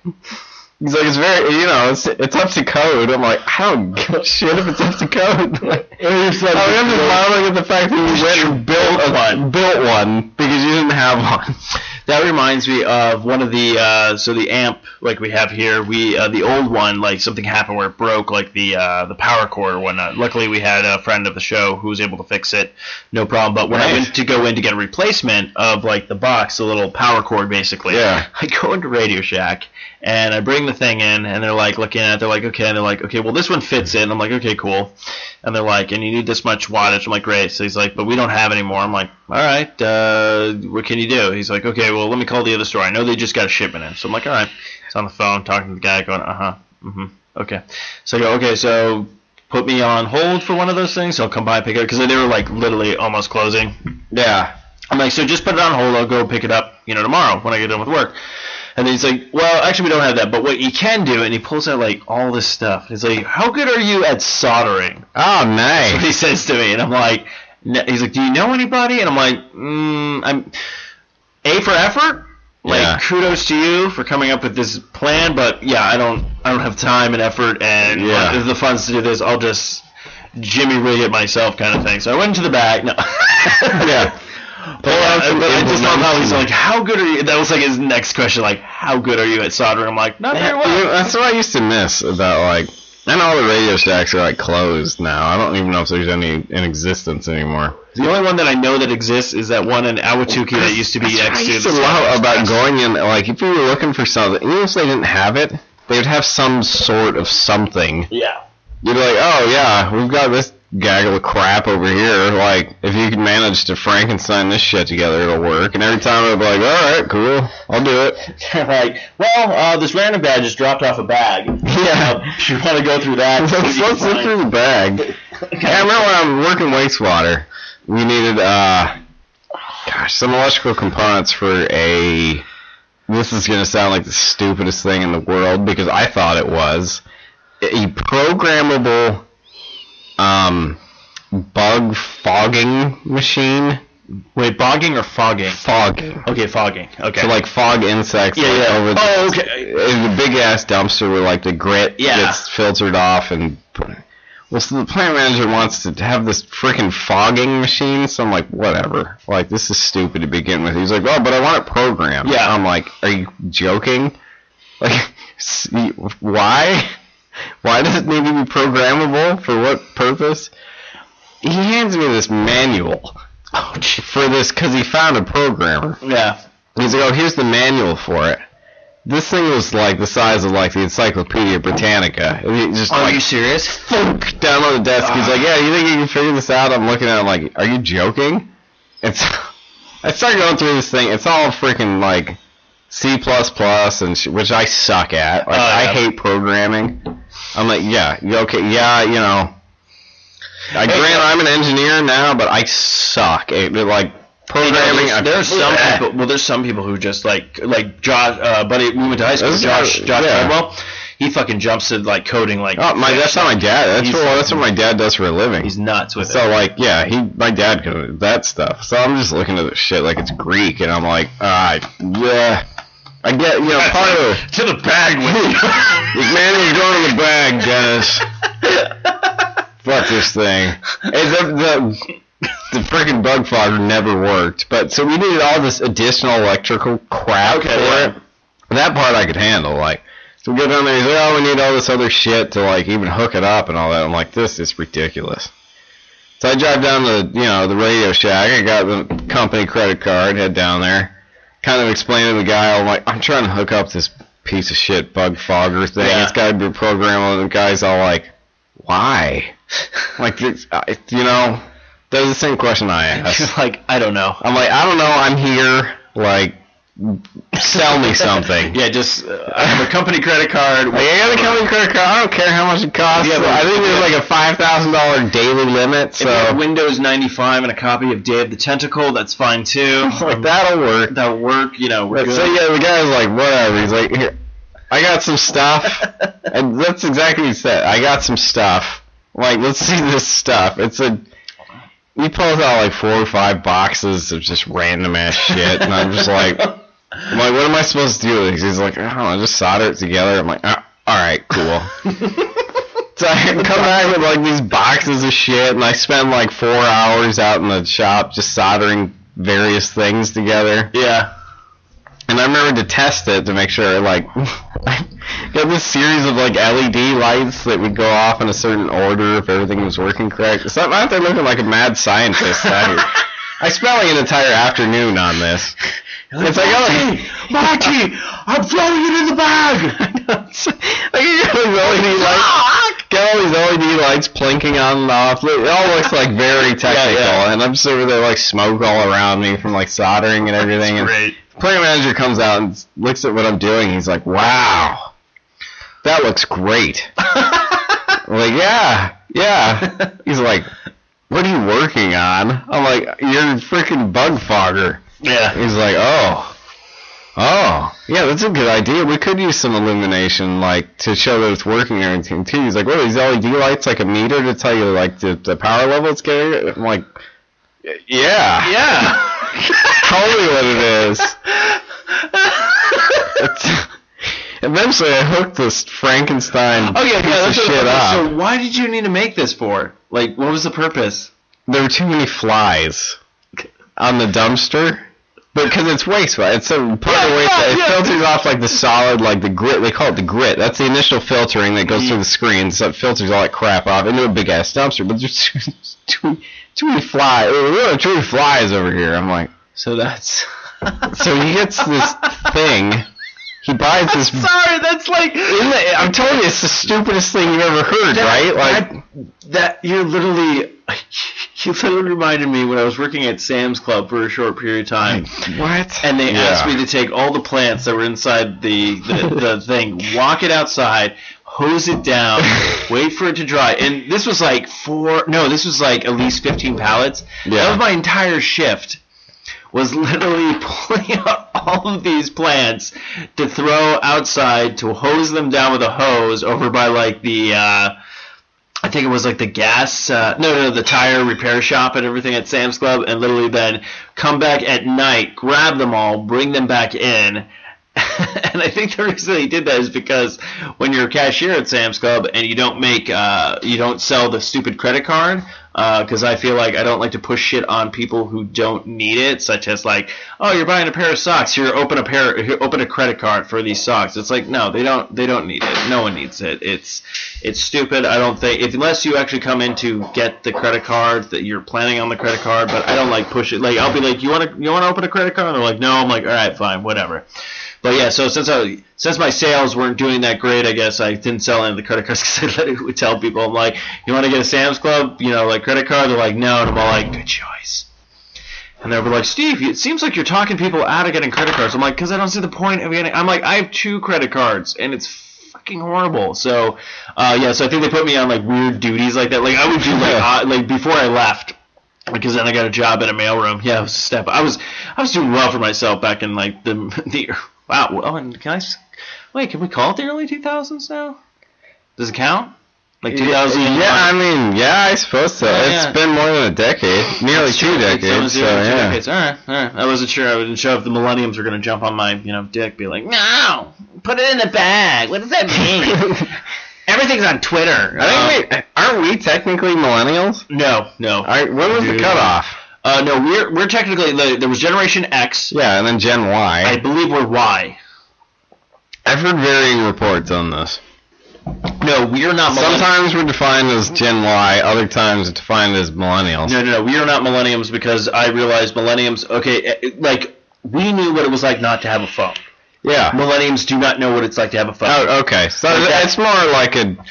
Speaker 4: he's like, it's very, you know, it's it's up to code. I'm like, I don't give a shit if it's up to code. like, I'm just marveling at the fact that you went and built one, built one because you didn't have one.
Speaker 3: That reminds me of one of the uh, so the amp like we have here. We uh, the old one like something happened where it broke like the uh, the power cord or whatnot. Luckily we had a friend of the show who was able to fix it, no problem. But when I
Speaker 4: Nice.
Speaker 3: went to go in to get a replacement of like the box, the little power cord basically.
Speaker 4: Yeah.
Speaker 3: I go into Radio Shack and I bring the thing in and they're like looking at it. They're like okay, and they're like okay, well this one fits in. I'm like okay, cool. And they're like, and you need this much wattage. I'm like, great. So he's like, but we don't have any more. I'm like, all right, uh, what can you do? He's like, okay, well, let me call the other store. I know they just got a shipment in. So I'm like, all right. He's on the phone talking to the guy, going, uh huh, mm-hmm, okay. So I go, okay, so put me on hold for one of those things. I'll come by pick it up because they were like literally almost closing.
Speaker 4: Yeah.
Speaker 3: I'm like, so just put it on hold. I'll go pick it up, you know, tomorrow when I get done with work. And then he's like, well, actually, we don't have that, but what you can do, and he pulls out like all this stuff. He's like, how good are you at soldering?
Speaker 4: Oh,
Speaker 3: what
Speaker 4: nice.
Speaker 3: he says to me, and I'm like, no, he's like, do you know anybody? And I'm like, mm, I'm A for effort. Like
Speaker 4: Yeah.
Speaker 3: kudos to you for coming up with this plan, but yeah, I don't I don't have time and effort and
Speaker 4: Yeah.
Speaker 3: uh, the funds to do this. I'll just Jimmy rig it myself kind of thing. So I went into the back. No.
Speaker 4: yeah.
Speaker 3: But, uh, but I just love how he's
Speaker 4: implementation.
Speaker 3: like, "How good are you?" That was like his next question, like, "How good are you at soldering?" I'm like, "Not very
Speaker 4: You
Speaker 3: well."
Speaker 4: know, that's what I used to miss about like. And all the radio shacks are like closed now. I don't even know if there's any in existence anymore.
Speaker 3: The only one that I know that exists is that one in Awatuki that used to be
Speaker 4: I
Speaker 3: next to
Speaker 4: used
Speaker 3: the
Speaker 4: to love
Speaker 3: Starbucks
Speaker 4: about
Speaker 3: Express.
Speaker 4: going in. Like if you were looking for something, even if they didn't have it, they'd have some sort of something.
Speaker 3: Yeah.
Speaker 4: You'd be like, oh yeah, we've got this gaggle of crap over here. Like if you can manage to Frankenstein this shit together, it'll work. And every time I'd be like, all right, cool, I'll do it.
Speaker 3: They're like, well, uh, this random guy just dropped off a bag. Uh,
Speaker 4: Yeah.
Speaker 3: if you want to go through that?
Speaker 4: Let's
Speaker 3: you can
Speaker 4: let's look
Speaker 3: find-
Speaker 4: through the bag. Yeah, I remember when I was working wastewater, we needed uh, gosh, some electrical components for a. This is gonna sound like the stupidest thing in the world because I thought it was a programmable um, bug fogging machine.
Speaker 3: Wait, bogging or fogging?
Speaker 4: Fogging.
Speaker 3: Okay, fogging. Okay.
Speaker 4: To like fog insects
Speaker 3: yeah,
Speaker 4: like,
Speaker 3: yeah.
Speaker 4: over the
Speaker 3: oh, okay.
Speaker 4: it's a big ass dumpster where like the grit
Speaker 3: Yeah.
Speaker 4: gets filtered off and well so the plant manager wants to have this freaking fogging machine so i'm like whatever like this is stupid to begin with he's like oh but i want it programmed
Speaker 3: Yeah.
Speaker 4: i'm like are you joking like s- why why does it need to be programmable for what purpose he hands me this manual
Speaker 3: Oh,
Speaker 4: for this because he found a programmer
Speaker 3: Yeah.
Speaker 4: He's like, oh, here's the manual for it. This thing was like the size of like the Encyclopedia Britannica. It
Speaker 3: Oh,
Speaker 4: was just like
Speaker 3: serious?
Speaker 4: thunk down on the desk. He's
Speaker 3: Uh.
Speaker 4: like, yeah, you think you can figure this out? I'm looking at him like, are you joking? It's I start going through this thing. It's all freaking like C plus plus and sh- which I suck at. Like
Speaker 3: Oh,
Speaker 4: I
Speaker 3: yeah.
Speaker 4: hate programming. I'm like, yeah, you okay, yeah, you know. I
Speaker 3: uh,
Speaker 4: grant I'm an engineer now, but I suck. It, like programming.
Speaker 3: there's,
Speaker 4: I-
Speaker 3: there's some people. Well, there's some people who just like like Josh, uh, buddy. We went to high school.
Speaker 4: That's
Speaker 3: Josh,
Speaker 4: not-
Speaker 3: Josh
Speaker 4: yeah.
Speaker 3: Treadwell. He fucking jumps to like coding. Like,
Speaker 4: Oh, my, that's not my dad. That's
Speaker 3: He's-
Speaker 4: what, that's what my dad does for a living.
Speaker 3: he's nuts with
Speaker 4: So
Speaker 3: it.
Speaker 4: like, yeah, he my dad could that stuff. So I'm just looking at this shit like it's Greek, and I'm like, ah, yeah, I get you know part of it.
Speaker 3: to the bag with
Speaker 4: this man is going to the bag, Dennis. Fuck this thing. And the the, the freaking bug fogger never worked, but so we needed all this additional electrical crap
Speaker 3: Okay,
Speaker 4: for
Speaker 3: yeah.
Speaker 4: it. That part I could handle, like. So we go down there. He's like, "Oh, we need all this other shit to like even hook it up and all that." I'm like, "This is ridiculous." So I drive down to you know the Radio Shack. I got the company credit card. Head down there. Kind of explain to the guy, I'm like, "I'm trying to hook up this piece of shit bug fogger thing.
Speaker 3: Yeah.
Speaker 4: It's got to be programmable." The guy's all like, "Why?" I'm like, "It's- I- you know, that was the same question I asked.
Speaker 3: like, I don't know.
Speaker 4: I'm like, "I don't know. I'm here. Like, sell me something."
Speaker 3: Yeah, just uh, I have a company credit card.
Speaker 4: Like, I got a company credit card. I don't care how much it costs.
Speaker 3: Yeah, but-
Speaker 4: I think there's like a five thousand dollar daily limit,
Speaker 3: If you have
Speaker 4: so
Speaker 3: Windows 95 and a copy of Dave the Tentacle, that's fine too.
Speaker 4: like that'll work.
Speaker 3: That'll work, you know, we're
Speaker 4: But, so
Speaker 3: good.
Speaker 4: yeah, the guy's like, whatever. He's like, here, I got some stuff, and that's exactly what he said. I got some stuff. Like, let's see this stuff. It's a he pulls out like four or five boxes of just random ass shit, and I'm just like, I'm like, what am I supposed to do with these? He's like, I don't know, just solder it together. I'm like, ah, all right, cool. So I come back with like these boxes of shit, and I spend like four hours out in the shop just soldering various things together.
Speaker 3: yeah.
Speaker 4: And I remember to test it to make sure, like, I got this series of like LED lights that would go off in a certain order if everything was working correct. So I'm out there looking like a mad scientist out here. I spent like an entire afternoon on this. It's like, oh, Marty, I'm throwing it in the bag. like, you got these LED lights, got all these LED lights plinking on and off. It all looks like very technical, and I'm just over there like smoke all around me from like soldering and everything. and
Speaker 3: Great.
Speaker 4: player manager comes out and looks at what I'm doing. He's like, "Wow, that looks great." I'm like, "Yeah, yeah." He's like, "What are you working on?" I'm like, "You're a freaking bug fogger."
Speaker 3: Yeah.
Speaker 4: He's like, "Oh, oh, yeah, that's a good idea. We could use some illumination, like, to show that it's working and everything too." He's like, "What are these LED lights? Like a meter to tell you like the, the power level it's getting?" I'm like, "Yeah,
Speaker 3: Yeah.
Speaker 4: totally what it is." Eventually, I hooked this Frankenstein
Speaker 3: Oh yeah, yeah.
Speaker 4: piece of
Speaker 3: That's what-
Speaker 4: shit
Speaker 3: okay,
Speaker 4: up.
Speaker 3: So why did you need to make this for? Like, what was the purpose?
Speaker 4: there were too many flies on the dumpster. Because it's wasteful. It's so part of
Speaker 3: Yeah,
Speaker 4: the waste.
Speaker 3: yeah,
Speaker 4: it
Speaker 3: yeah.
Speaker 4: filters off like the solid, like the grit. They call it the grit. That's the initial filtering that goes through the screen. So it filters all that crap off into a big ass dumpster. But there's too, too, too many flies. Ugh, Too many flies over here. I'm like,
Speaker 3: So that's.
Speaker 4: so he gets this thing. He buys this.
Speaker 3: Sorry, that's like
Speaker 4: Isn't it- I'm telling you, it's the stupidest thing you've ever heard, right? Like,
Speaker 3: that, that you're literally you literally reminded me when I was working at Sam's Club for a short period of time,
Speaker 4: what?
Speaker 3: and they
Speaker 4: Hmm. Yeah.
Speaker 3: asked me to take all the plants that were inside the the, the thing, walk it outside, hose it down, wait for it to dry. And this was like four no, this was like at least fifteen pallets. That
Speaker 4: Yeah.
Speaker 3: was my entire shift. Was literally pulling out all of these plants to throw outside to hose them down with a hose over by like the uh, I think it was like the gas, uh, no, no, the tire repair shop and everything at Sam's Club, and literally then come back at night, grab them all, bring them back in. and I think the reason they did that is because when you're a cashier at Sam's Club and you don't make, uh, you don't sell the stupid credit card, because I feel like I don't like to push shit on people who don't need it, such as like, oh, you're buying a pair of socks, here, open a pair, here, open a credit card for these socks. It's like, no, they don't, they don't need it. No one needs it. It's, it's stupid. I don't think if, unless you actually come in to get the credit card that you're planning on the credit card. But I don't like push it. Like I'll be like, you want to you want to open a credit card? And they're like, no. I'm like, all right, fine, whatever. But yeah, so since I since my sales weren't doing that great, I guess I didn't sell any of the credit cards because I literally tell people I'm like, you want to get a Sam's Club, you know, like credit card? They're like, no. And I'm all like, good choice. And they'll be like, Steve, it seems like you're talking people out of getting credit cards. I'm like, because I don't see the point of getting. I'm like, I have two credit cards, and it's fucking horrible. So, uh, yeah, so I think they put me on like weird duties like that. Like I would do like uh, like before I left, because then I got a job at a mailroom. Yeah, it was a step. I was I was doing well for myself back in like the the wow. Well, and can I s- wait? Can we call it the early 2000s now? Does it count? Like 2000.
Speaker 4: Yeah, I mean, yeah, I suppose so.
Speaker 3: Yeah,
Speaker 4: It's
Speaker 3: yeah.
Speaker 4: been more than a decade, nearly
Speaker 3: Sure,
Speaker 4: two decades.
Speaker 3: it's almost
Speaker 4: So
Speaker 3: zero, two
Speaker 4: yeah,
Speaker 3: decades. All right, all right. I wasn't sure. I wasn't sure if the millenniums were gonna jump on my, you know, dick, be like, no, put it in the bag. What does that mean? Everything's on Twitter.
Speaker 4: I
Speaker 3: Uh,
Speaker 4: think we aren't we technically millennials?
Speaker 3: no, no,
Speaker 4: All right, when was
Speaker 3: Dude.
Speaker 4: the cutoff?
Speaker 3: uh, no. We're we're technically like, there was Generation X.
Speaker 4: Yeah, and then Gen Y.
Speaker 3: I believe we're Y.
Speaker 4: have heard varying reports on this.
Speaker 3: No, we are not. millennials.
Speaker 4: Sometimes we're defined as Gen Y, other times it's defined as millennials.
Speaker 3: No, no, no. We are not millenniums because I realized millenniums. Okay, eh, eh, like we knew what it was like not to have a phone.
Speaker 4: Yeah.
Speaker 3: Millenniums do not know what it's like to have a phone.
Speaker 4: Oh, okay. So
Speaker 3: Like that-
Speaker 4: it's more like a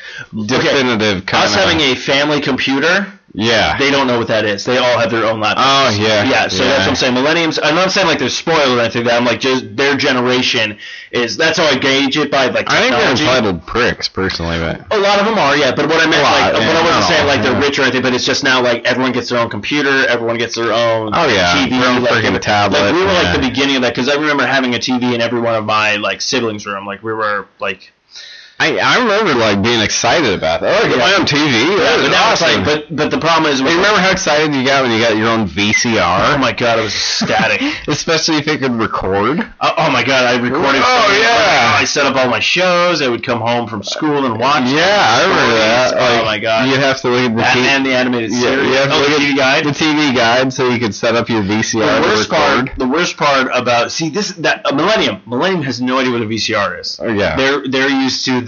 Speaker 4: definitive kind
Speaker 3: Us
Speaker 4: of.
Speaker 3: having a family computer
Speaker 4: yeah.
Speaker 3: they don't know what that is. They all have their own laptops.
Speaker 4: oh yeah.
Speaker 3: yeah, so that's what I'm saying. Millenniums. I'm not saying like they're spoiled or anything. That I'm like just their generation is. That's how I gauge it by like
Speaker 4: I think they're
Speaker 3: technology.
Speaker 4: entitled pricks, personally, but
Speaker 3: A lot of them are, yeah. But what I meant,
Speaker 4: lot,
Speaker 3: like,
Speaker 4: yeah,
Speaker 3: but I
Speaker 4: not
Speaker 3: wasn't saying
Speaker 4: all,
Speaker 3: like they're
Speaker 4: yeah.
Speaker 3: rich or anything. But it's just now like everyone gets their own computer, everyone gets their own.
Speaker 4: Oh, yeah,
Speaker 3: TV,
Speaker 4: their own
Speaker 3: like,
Speaker 4: freaking tablet,
Speaker 3: Like we were like
Speaker 4: yeah.
Speaker 3: the beginning of that because I remember having a TV in every one of my like siblings' room. Like we were like
Speaker 4: I, I remember like being excited about that. Oh, I got my own TV. That
Speaker 3: but
Speaker 4: was
Speaker 3: now it's
Speaker 4: awesome.
Speaker 3: like but but the problem is
Speaker 4: Hey,
Speaker 3: with,
Speaker 4: remember how excited you got when you got your own VCR?
Speaker 3: oh my god I was ecstatic.
Speaker 4: Especially if it could record.
Speaker 3: Oh, oh my god, I recorded.
Speaker 4: Oh,
Speaker 3: fucking-
Speaker 4: yeah.
Speaker 3: I set up all my shows. I would come home from school and watch.
Speaker 4: Yeah, I remember that.
Speaker 3: Oh,
Speaker 4: Like,
Speaker 3: my God.
Speaker 4: You have to look at the,
Speaker 3: That
Speaker 4: T-
Speaker 3: and the animated
Speaker 4: Yeah,
Speaker 3: series.
Speaker 4: yeah,
Speaker 3: oh,
Speaker 4: look at-
Speaker 3: the TV guide.
Speaker 4: the TV guide so you could set up your
Speaker 3: The
Speaker 4: VCR to
Speaker 3: worst
Speaker 4: record.
Speaker 3: part. The worst part about see this that uh, Millennium. Millennium has no idea what a VCR is.
Speaker 4: Oh, yeah.
Speaker 3: They're they're used to the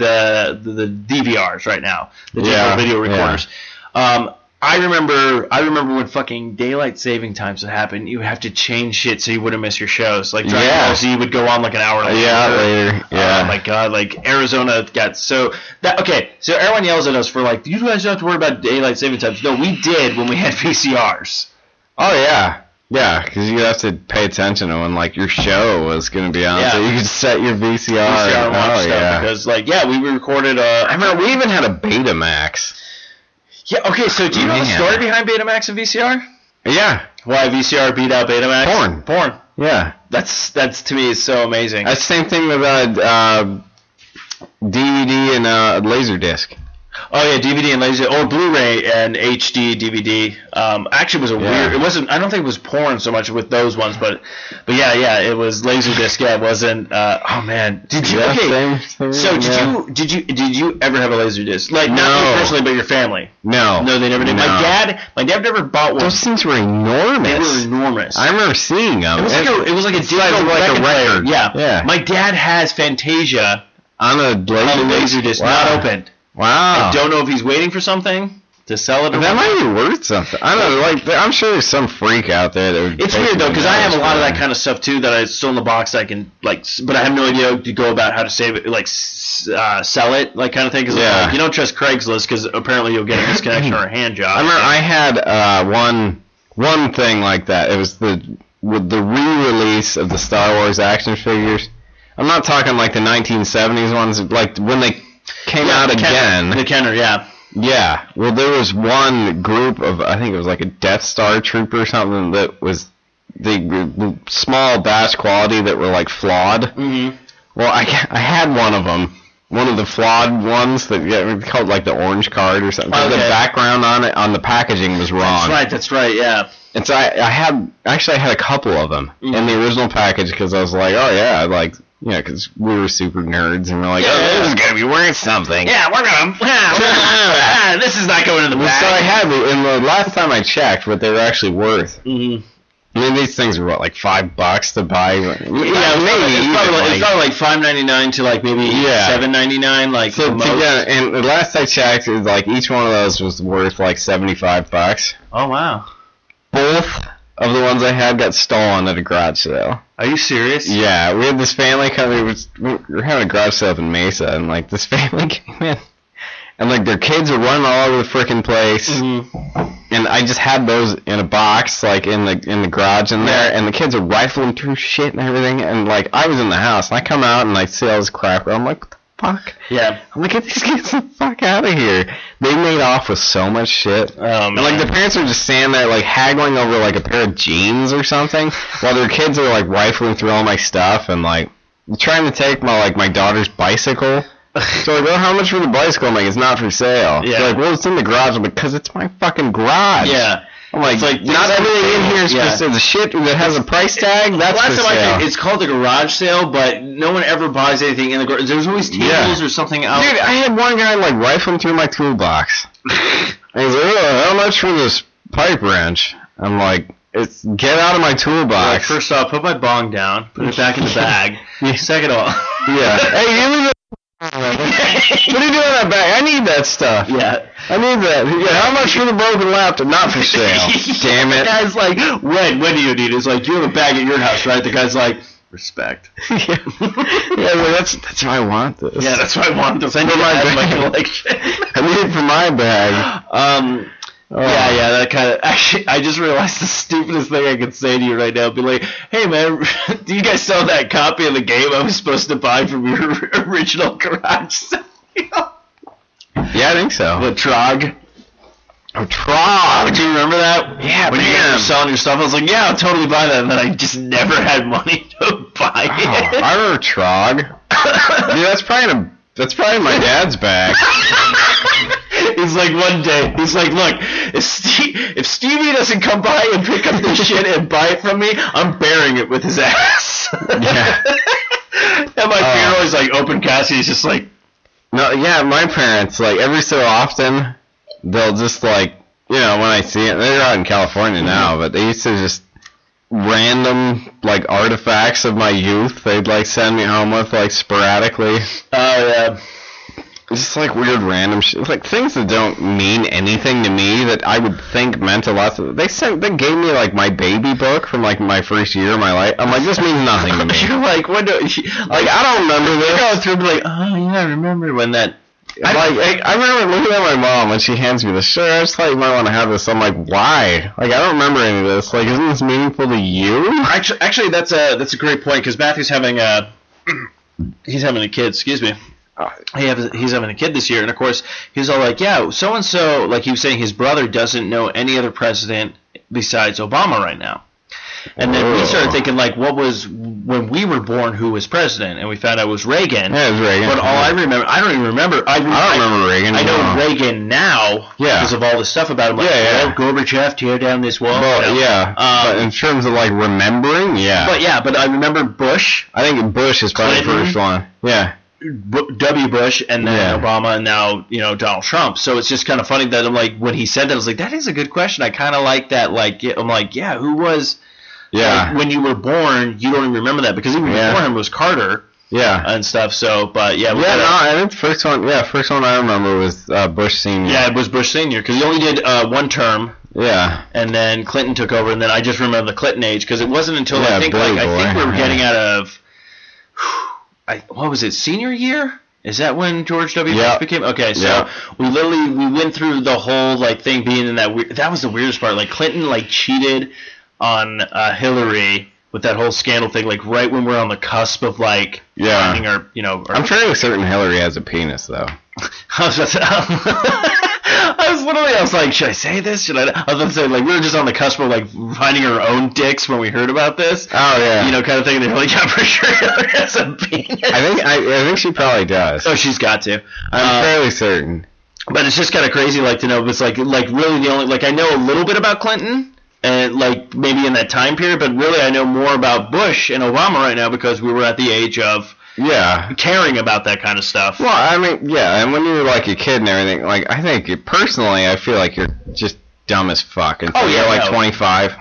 Speaker 3: the, the DVRs right now, the digital
Speaker 4: Yeah,
Speaker 3: video
Speaker 4: yeah.
Speaker 3: recorders. Um, I remember I remember when fucking daylight saving times would happen. You would have to change shit so you wouldn't miss your shows. Like Dragon
Speaker 4: Yeah. Uh,
Speaker 3: Ball Z would go on like an hour.
Speaker 4: yeah, later. Yeah.
Speaker 3: Oh my god, like Arizona got so that okay. So everyone yells at us for like you guys don't have to worry about daylight saving times. No, we did when we had VCRs.
Speaker 4: oh yeah. Yeah, because you have to pay attention to when like your show was going to be on,
Speaker 3: Yeah.
Speaker 4: so you could set your VCR.
Speaker 3: VCR
Speaker 4: oh
Speaker 3: and watch stuff
Speaker 4: yeah.
Speaker 3: because like yeah, we recorded. Uh,
Speaker 4: I remember we even had a Betamax.
Speaker 3: yeah. Okay, so do you know the
Speaker 4: Man.
Speaker 3: story behind Betamax and VCR?
Speaker 4: Yeah,
Speaker 3: Why VCR beat out Betamax?
Speaker 4: Porn.
Speaker 3: porn.
Speaker 4: yeah.
Speaker 3: That's that's to me is so amazing.
Speaker 4: That's the same thing with uh, uh, DVD and uh, Laserdisc.
Speaker 3: Oh yeah, DVD and laser or Blu-ray and HD DVD. Um, actually, it was a
Speaker 4: Yeah.
Speaker 3: weird. It wasn't. I don't think it was porn so much with those ones, but but yeah, yeah, it was laserdisc. Yeah, it wasn't. Uh, oh man, did you?
Speaker 4: Yeah,
Speaker 3: okay,
Speaker 4: same- same,
Speaker 3: so did
Speaker 4: yeah.
Speaker 3: you did you did you ever have a laserdisc? Like not
Speaker 4: No.
Speaker 3: you personally, but your family.
Speaker 4: No.
Speaker 3: No, they never did. My
Speaker 4: No.
Speaker 3: dad, my dad never bought one.
Speaker 4: Those things were
Speaker 3: They were
Speaker 4: enormous.
Speaker 3: enormous.
Speaker 4: I remember seeing them.
Speaker 3: it was like a, it was like a
Speaker 4: size
Speaker 3: digital
Speaker 4: of like a
Speaker 3: record player.
Speaker 4: record.
Speaker 3: Yeah,
Speaker 4: Yeah.
Speaker 3: My dad has Fantasia
Speaker 4: on a laser,
Speaker 3: on a laserdisc,
Speaker 4: wow.
Speaker 3: not opened.
Speaker 4: Wow.
Speaker 3: I don't know if he's waiting for something to sell it. Or what.
Speaker 4: That might be worth something. I don't know. Like, there- I'm sure there's some freak out there that would.
Speaker 3: It's
Speaker 4: pay
Speaker 3: weird though,
Speaker 4: for
Speaker 3: because I have a lot of that
Speaker 4: those.
Speaker 3: kind of stuff too that I it's still in the box. I can like, s- but I have no idea to go about how to save it, like s- uh, sell it, like kind of thing. Because
Speaker 4: Yeah.
Speaker 3: you don't trust Craigslist because apparently you'll get a disconnection or a hand job.
Speaker 4: I remember I had uh, one one thing like that. It was the with the re-release of the Star Wars action figures. I'm not talking like the 1970s ones, like when they came
Speaker 3: Yeah,
Speaker 4: out
Speaker 3: the
Speaker 4: again.
Speaker 3: Kenner, the Kenner, yeah.
Speaker 4: Yeah. Well, there was one group of I think it was like a Death Star trooper or something that was the, the small batch quality that were like flawed.
Speaker 3: Mm-hmm.
Speaker 4: Well, I, I had one of them. One of the flawed ones that yeah, it's called like the orange card or something. 'Cause The
Speaker 3: Okay.
Speaker 4: background on it on the packaging was
Speaker 3: That's
Speaker 4: wrong.
Speaker 3: right. That's right. Yeah.
Speaker 4: And so I, I had actually I had a couple of them in
Speaker 3: Mm-hmm.
Speaker 4: the original package because I was like, oh yeah, like you know, because we were super nerds and we're like, oh, this is gonna be worth something.
Speaker 3: Yeah, we're gonna. yeah, we're gonna- ah, this is not going in the
Speaker 4: And So I
Speaker 3: bag.
Speaker 4: had the- and the last time I checked, what they were actually worth.
Speaker 3: Mhm.
Speaker 4: I mean, these things were what like five bucks to buy. Yeah, maybe.
Speaker 3: Yeah, it's
Speaker 4: even,
Speaker 3: probably,
Speaker 4: like-
Speaker 3: it's probably like five ninety nine to like maybe
Speaker 4: Yeah.
Speaker 3: seven ninety nine, like
Speaker 4: So
Speaker 3: the most.
Speaker 4: yeah, and the last I checked, is like each one of those was worth like seventy-five bucks.
Speaker 3: Oh wow,
Speaker 4: Both of the ones I had got stolen at a garage sale.
Speaker 3: are you serious?
Speaker 4: Yeah, we had this family come. We was we were having a garage sale up in Mesa, and like this family came in, and like their kids were running all over the freaking place.
Speaker 3: Mhm.
Speaker 4: And I just had those in a box, like in the in the garage in there, and the kids are rifling through shit and everything. And like I was in the house, and I come out and I see all this crap. And I'm like, what the fuck?
Speaker 3: Yeah.
Speaker 4: I'm like, get these kids the fuck out of here. They made off with so much shit.
Speaker 3: Um,
Speaker 4: And like the parents are just standing there like haggling over like a pair of jeans or something while their kids are like rifling through all my stuff and like trying to take my like my daughter's bicycle. So like, well, how much for the bicycle? I'm like, it's not for sale.
Speaker 3: Yeah.
Speaker 4: They're like, well, it's in the garage. I'm like, because it's my fucking garage.
Speaker 3: yeah.
Speaker 4: I'm like,
Speaker 3: It's like-
Speaker 4: not everything in here is
Speaker 3: Yeah.
Speaker 4: for sale. The shit that has a price tag, that's
Speaker 3: Last
Speaker 4: for
Speaker 3: time I
Speaker 4: sale.
Speaker 3: think it's called the garage sale, but no one ever buys anything in the garage. There's always tables
Speaker 4: Yeah.
Speaker 3: or something out.
Speaker 4: Dude, I had one guy like rifling through my toolbox. And he's like, oh, how much for this pipe wrench? I'm like, it's get out of my
Speaker 3: Like,
Speaker 4: toolbox.
Speaker 3: first off, put my bong down, put it back in the bag. Second off,
Speaker 4: yeah. hey, you leave it- What are you doing in that bag? I need that stuff.
Speaker 3: yeah.
Speaker 4: I need that. Yeah, how much for the broken laptop? Not for sale. Damn
Speaker 3: The
Speaker 4: it.
Speaker 3: guy's like, when? When do you need it? It's like, you have a bag at your house, right? The guy's like, respect.
Speaker 4: yeah, yeah well, that's that's why I want this.
Speaker 3: Yeah, that's what I wanted to send you
Speaker 4: my
Speaker 3: my
Speaker 4: bag.
Speaker 3: collection.
Speaker 4: I need it for my bag.
Speaker 3: um,
Speaker 4: Oh.
Speaker 3: Yeah, yeah, that kind of. Actually, I just realized the stupidest thing I could say to you right now. Be like, hey, man, do you guys sell that copy of the game I was supposed to buy from your original garage sale?
Speaker 4: Yeah, I think so.
Speaker 3: the Trog.
Speaker 4: Oh, Trog.
Speaker 3: Do you remember that?
Speaker 4: Yeah,
Speaker 3: When you guys
Speaker 4: man.
Speaker 3: were selling your stuff, I was like, yeah, I'll totally buy that. And then I just never had money to buy
Speaker 4: Oh,
Speaker 3: it.
Speaker 4: I remember Trog. Dude, that's probably in a, that's probably in my dad's bag.
Speaker 3: He's like one day. He's like, look, if, Steve, if Stevie doesn't come by and pick up this shit and buy it from me, I'm burying it with his ass.
Speaker 4: Yeah.
Speaker 3: and my
Speaker 4: Uh.
Speaker 3: funeral is like open casket. He's just like,
Speaker 4: No, yeah, my parents like every so often they'll just like you know when I see it they're out in California now,
Speaker 3: Mm-hmm.
Speaker 4: but they used to just random like artifacts of my youth they'd like send me home with like sporadically.
Speaker 3: oh yeah,
Speaker 4: Just like weird random shit, like things that don't mean anything to me that I would think meant a lot. To, they sent, they gave me like my baby book from like my first year of my life. I'm like, this means nothing to me.
Speaker 3: You're like, what? Do, like
Speaker 4: Like
Speaker 3: I
Speaker 4: I don't remember this.
Speaker 3: go through and be like, oh yeah, I remember when that.
Speaker 4: I, like, I, I remember looking at my mom when she hands me this. Sure, I just thought you might want to have this. I'm like, why? Like, I don't remember any of this. Like, isn't this meaningful to you?
Speaker 3: Actually, actually, that's a that's a great point because Matthew's having a he's having a kid. Excuse me.
Speaker 4: Ah.
Speaker 3: He have, he's having a kid this year, and of course, he's all like, "Yeah, so and so." Like he was saying, his brother doesn't know any other president besides Obama right now. And then we
Speaker 4: Oh.
Speaker 3: started thinking, like, what was when we were born who was president, and we found out it was Reagan.
Speaker 4: Yeah, it was Reagan.
Speaker 3: But all I remember, I don't even remember. I,
Speaker 4: I don't remember Reagan.
Speaker 3: I know
Speaker 4: no.
Speaker 3: Reagan now
Speaker 4: Yeah.
Speaker 3: because of all the stuff about him. Like,
Speaker 4: Yeah, yeah.
Speaker 3: "Oh, Gorbachev tear down this wall.
Speaker 4: Well,
Speaker 3: You know?
Speaker 4: yeah,
Speaker 3: Um,
Speaker 4: but in terms of like remembering, yeah,
Speaker 3: But yeah, but I remember Bush,
Speaker 4: I think Bush is probably the
Speaker 3: Clinton?
Speaker 4: first one. Yeah,
Speaker 3: Bu- W. Bush, and then
Speaker 4: Yeah.
Speaker 3: Obama, and now you know Donald Trump. So it's just kind of funny that I'm like when he said that, I was like, that is a good question. I kind of like that. Like yeah, I'm like, yeah, who was
Speaker 4: yeah,
Speaker 3: like, when you were born? You don't even remember that because even
Speaker 4: Yeah.
Speaker 3: before him was Carter
Speaker 4: yeah.
Speaker 3: and stuff. So, but uh, yeah, we
Speaker 4: yeah,
Speaker 3: gotta-
Speaker 4: no, I think the first one. Yeah, first one I remember was uh, Bush Senior.
Speaker 3: yeah, it was Bush Senior because he only did uh, one term.
Speaker 4: yeah,
Speaker 3: and then Clinton took over, and then I just remember the Clinton age because it wasn't until
Speaker 4: Yeah,
Speaker 3: I think
Speaker 4: Billy
Speaker 3: like I think
Speaker 4: Boy,
Speaker 3: we were
Speaker 4: yeah.
Speaker 3: getting out of, I, what was it senior year? Is that when George W.
Speaker 4: Yeah.
Speaker 3: Bush became? Okay, so
Speaker 4: Yeah.
Speaker 3: we literally we went through the whole like thing being in that weird. That was the weirdest part. Like Clinton like cheated on uh, Hillary with that whole scandal thing. Like right when we're on the cusp of like
Speaker 4: Yeah.
Speaker 3: finding our you know our
Speaker 4: Uh. I'm fairly certain Hillary has a penis though.
Speaker 3: I was, about to, I was literally, I was like, should I say this? Should I? not?" I was about to say, like, we were just on the cusp of like finding our own dicks when we heard about this.
Speaker 4: Oh yeah,
Speaker 3: You know, kind of thing. They're like, yeah, for sure, Hillary has a penis.
Speaker 4: I think I, I think she probably does.
Speaker 3: Oh, she's got to.
Speaker 4: I'm
Speaker 3: Uh,
Speaker 4: fairly certain.
Speaker 3: but it's just kind of crazy, like to know. if It's like, like really the only, like I know a little bit about Clinton, and like maybe in that time period, but really I know more about Bush and Obama right now because we were at the age of
Speaker 4: Yeah.
Speaker 3: caring about that kind of stuff.
Speaker 4: Well, I mean, yeah, and when you're like a kid and everything, like I think you- personally, I feel like you're just dumb as fuck. And
Speaker 3: Oh, yeah,
Speaker 4: you're like
Speaker 3: no.
Speaker 4: 25.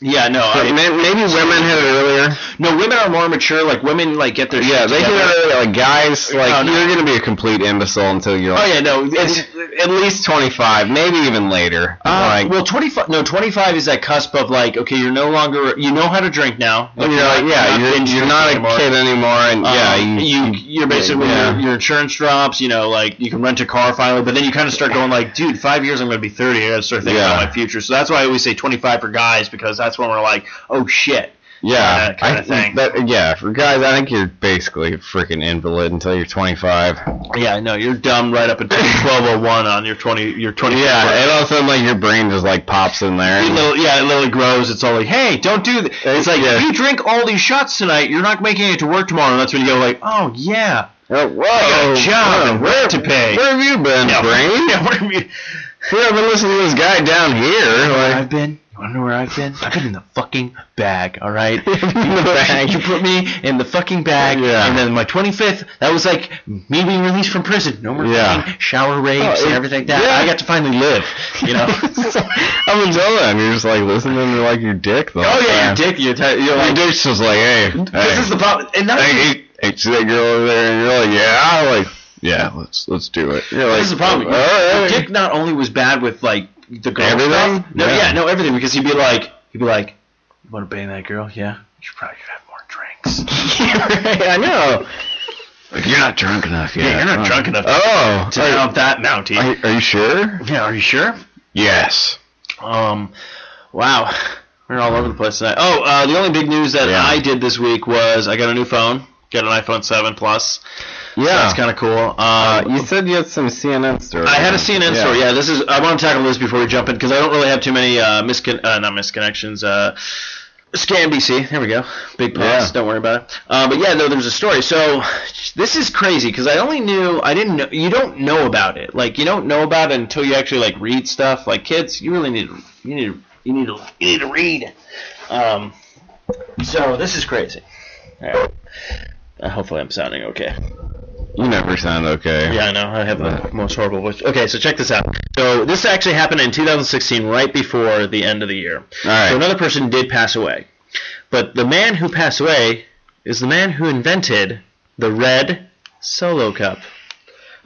Speaker 3: yeah, no,
Speaker 4: But
Speaker 3: I,
Speaker 4: may- maybe women had it earlier.
Speaker 3: no, women are more mature. Like women, like get their shit
Speaker 4: Yeah, they
Speaker 3: together.
Speaker 4: can earlier. Like guys, like
Speaker 3: Oh, no.
Speaker 4: you're gonna be a complete imbecile until you're. Like,
Speaker 3: Oh yeah, no. It's,
Speaker 4: It's at least 25, maybe even later.
Speaker 3: uh,
Speaker 4: like,
Speaker 3: well, twenty five. No, twenty five is that cusp of like, okay, you're no longer, you know how to drink now.
Speaker 4: and you're like, yeah, you're,
Speaker 3: binge
Speaker 4: you're, not
Speaker 3: drinking
Speaker 4: a kid anymore, and
Speaker 3: Um,
Speaker 4: yeah,
Speaker 3: you, you are basically
Speaker 4: yeah.
Speaker 3: your, your insurance drops. You know, like you can rent a car finally, but then you kind of start going like, dude, five years I'm going to be thirty. I got to start thinking
Speaker 4: Yeah.
Speaker 3: about my future. So that's why I always say twenty five for guys because that's when we're like, oh shit.
Speaker 4: yeah,
Speaker 3: that kinda
Speaker 4: I-
Speaker 3: thing.
Speaker 4: that- yeah, for guys, I think you're basically a freaking invalid until you're 25.
Speaker 3: Yeah, no, you're dumb right up until twelve oh one on your twenty, your twenty.
Speaker 4: Yeah, and all of a sudden, like your brain just like pops in there.
Speaker 3: It
Speaker 4: and-
Speaker 3: little, yeah, it literally grows. It's all like, hey, don't do that. It's like,
Speaker 4: yeah.
Speaker 3: if you drink all these shots tonight, you're not making it to work tomorrow. And that's when you go like, oh, yeah.
Speaker 4: Oh, whoa,
Speaker 3: got a job
Speaker 4: whoa,
Speaker 3: and
Speaker 4: where,
Speaker 3: rent to pay.
Speaker 4: Where have you been,
Speaker 3: Yeah.
Speaker 4: brain?
Speaker 3: Yeah, what do you mean?
Speaker 4: Where have been listening to this guy down here?
Speaker 3: I've
Speaker 4: Like,
Speaker 3: been, you want to know where I've been? I've been in the fucking bag, all right?
Speaker 4: in the bag.
Speaker 3: You put me in the fucking bag,
Speaker 4: Yeah.
Speaker 3: and then my 25th, that was like me being released from prison. No more
Speaker 4: Yeah.
Speaker 3: fucking shower rapes
Speaker 4: Oh,
Speaker 3: and
Speaker 4: it-
Speaker 3: everything like that.
Speaker 4: yeah.
Speaker 3: I got to finally live, you know?
Speaker 4: I'm enjoying. it. You're just like listening to like your dick. The
Speaker 3: oh,
Speaker 4: whole
Speaker 3: yeah,
Speaker 4: time.
Speaker 3: your dick, you're, t- you're
Speaker 4: My
Speaker 3: like,
Speaker 4: dick's just like, hey,
Speaker 3: this
Speaker 4: hey.
Speaker 3: is the problem. And not even-
Speaker 4: hey, hey, hey, see that girl over there, and you're like, yeah, like, yeah, let's let's do it. You're like, oh,
Speaker 3: This is the problem.
Speaker 4: all right.
Speaker 3: Dick not only was bad with like the girl
Speaker 4: Everything?
Speaker 3: stuff. No,
Speaker 4: Yeah.
Speaker 3: yeah. no, everything because he'd be like, he'd be like, "You want to bang that girl? Yeah, you probably should have more drinks.
Speaker 4: I know. Like, you're not drunk enough yet.
Speaker 3: Yeah, you're not
Speaker 4: huh?
Speaker 3: drunk enough
Speaker 4: Oh,
Speaker 3: to
Speaker 4: are,
Speaker 3: mount that mountie.
Speaker 4: are, are you sure?
Speaker 3: yeah, are you sure?
Speaker 4: Yes.
Speaker 3: Um, wow, we're all over the place tonight. Oh, uh, the only big news that
Speaker 4: Yeah.
Speaker 3: I did this week was I got a new phone. Got an iPhone 7 Plus.
Speaker 4: Yeah. Uh,
Speaker 3: That's kind of cool. Um,
Speaker 4: you said you had some CNN story.
Speaker 3: I had a CNN story. Yeah, this is. I want to tackle this before we jump in because I don't really have too many uh, miscon uh, not misconnections. Uh, ScanBC. There we go. Big pause.
Speaker 4: Yeah.
Speaker 3: Don't worry about it. Uh, but yeah, no, there's a story. So this is crazy because I only knew I didn't know. You don't know about it. Like you don't know about it until you actually like read stuff. Like kids, you really need to. You need to. You need to. You need to read. Um, so this is crazy. All right. Uh, hopefully, I'm sounding okay.
Speaker 4: You never sound okay.
Speaker 3: Yeah, I know. I have the most horrible voice. Okay, so check this out. So this actually happened in 2016, right before the end of the year.
Speaker 4: All right.
Speaker 3: So another person did pass away, but the man who passed away is the man who invented the red solo cup.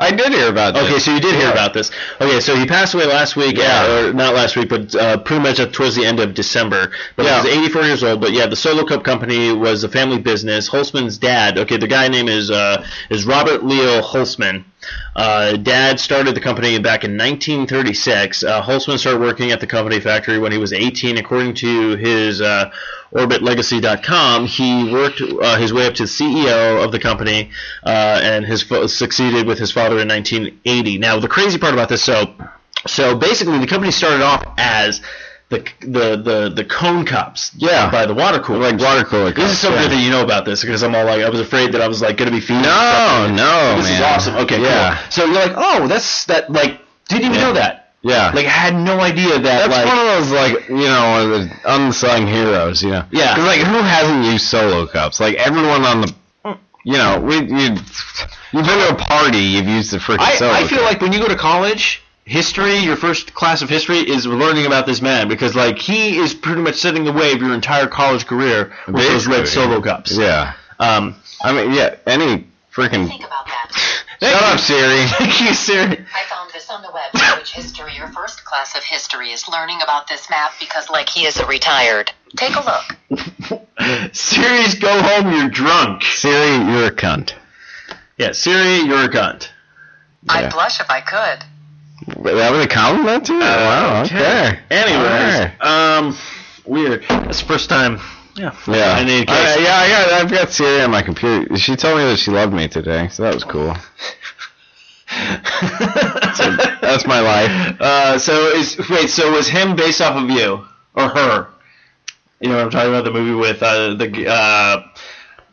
Speaker 4: I did hear about this.
Speaker 3: Okay, so you did hear about this. Okay, so he passed away last week,
Speaker 4: Yeah.
Speaker 3: uh, or not last week, but uh, pretty much up towards the end of December. But
Speaker 4: Yeah.
Speaker 3: he was 84 years old. But yeah, the Solo Cup Company was a family business. Holzman's dad, okay, the guy name is uh, is Robert Leo Holzman. Uh, dad started the company back in 1936. Uh, Holzman started working at the company factory when he was 18. According to his uh, OrbitLegacy.com, he worked uh, his way up to CEO of the company uh, and his fo- succeeded with his father in 1980. Now, the crazy part about this, so so basically, the company started off as the the the, the cone cups
Speaker 4: Yeah.
Speaker 3: by the water cooler.
Speaker 4: like water cooler.
Speaker 3: this is so
Speaker 4: yeah.
Speaker 3: good that you know about this because I'm all like I was afraid that I was like going to be feeding.
Speaker 4: No, Oh, no,
Speaker 3: this is
Speaker 4: man.
Speaker 3: awesome. Okay,
Speaker 4: Yeah.
Speaker 3: cool. So you're like, oh, that's that. Like, didn't even
Speaker 4: Yeah.
Speaker 3: know that.
Speaker 4: Yeah.
Speaker 3: Like, I had no idea that.
Speaker 4: That's
Speaker 3: like,
Speaker 4: one of those like you know one of the unsung heroes, you know.
Speaker 3: Yeah.
Speaker 4: 'Cause, like who hasn't used solo cups? Like everyone on the,
Speaker 3: Mm.
Speaker 4: you know, we you you've been to a party, you've used the freaking
Speaker 3: I,
Speaker 4: solo.
Speaker 3: I feel like when you go to college, history, your first class of history is learning about this man because like he is pretty much setting the wave your entire college career with those red
Speaker 4: Basically.
Speaker 3: solo cups.
Speaker 4: yeah.
Speaker 3: Um,
Speaker 4: I mean, yeah. Any freaking
Speaker 5: Think about that.
Speaker 4: shut up, Siri.
Speaker 3: thank you, sir.
Speaker 5: I found this on the web. Language history or first class of history is learning about this map because, like, he is a retired. Take a look.
Speaker 3: Siri's go home, you're drunk.
Speaker 4: Siri, you're a cunt.
Speaker 3: Yeah, Siri, you're a cunt.
Speaker 5: I'd blush if I could.
Speaker 4: That was a compliment to you.
Speaker 3: Uh,
Speaker 4: wow. Okay.
Speaker 3: Anyways,
Speaker 4: Alright.
Speaker 3: um, weird. That's the first time. Yeah.
Speaker 4: Yeah.
Speaker 3: In any case-
Speaker 4: Alright, yeah, I got, I've got Siri on my computer. She told me that she loved me today, so that was cool. That's my life.
Speaker 3: Uh, so is wait, so was him based off of you or her? You know what I'm talking about? The movie with uh, the uh,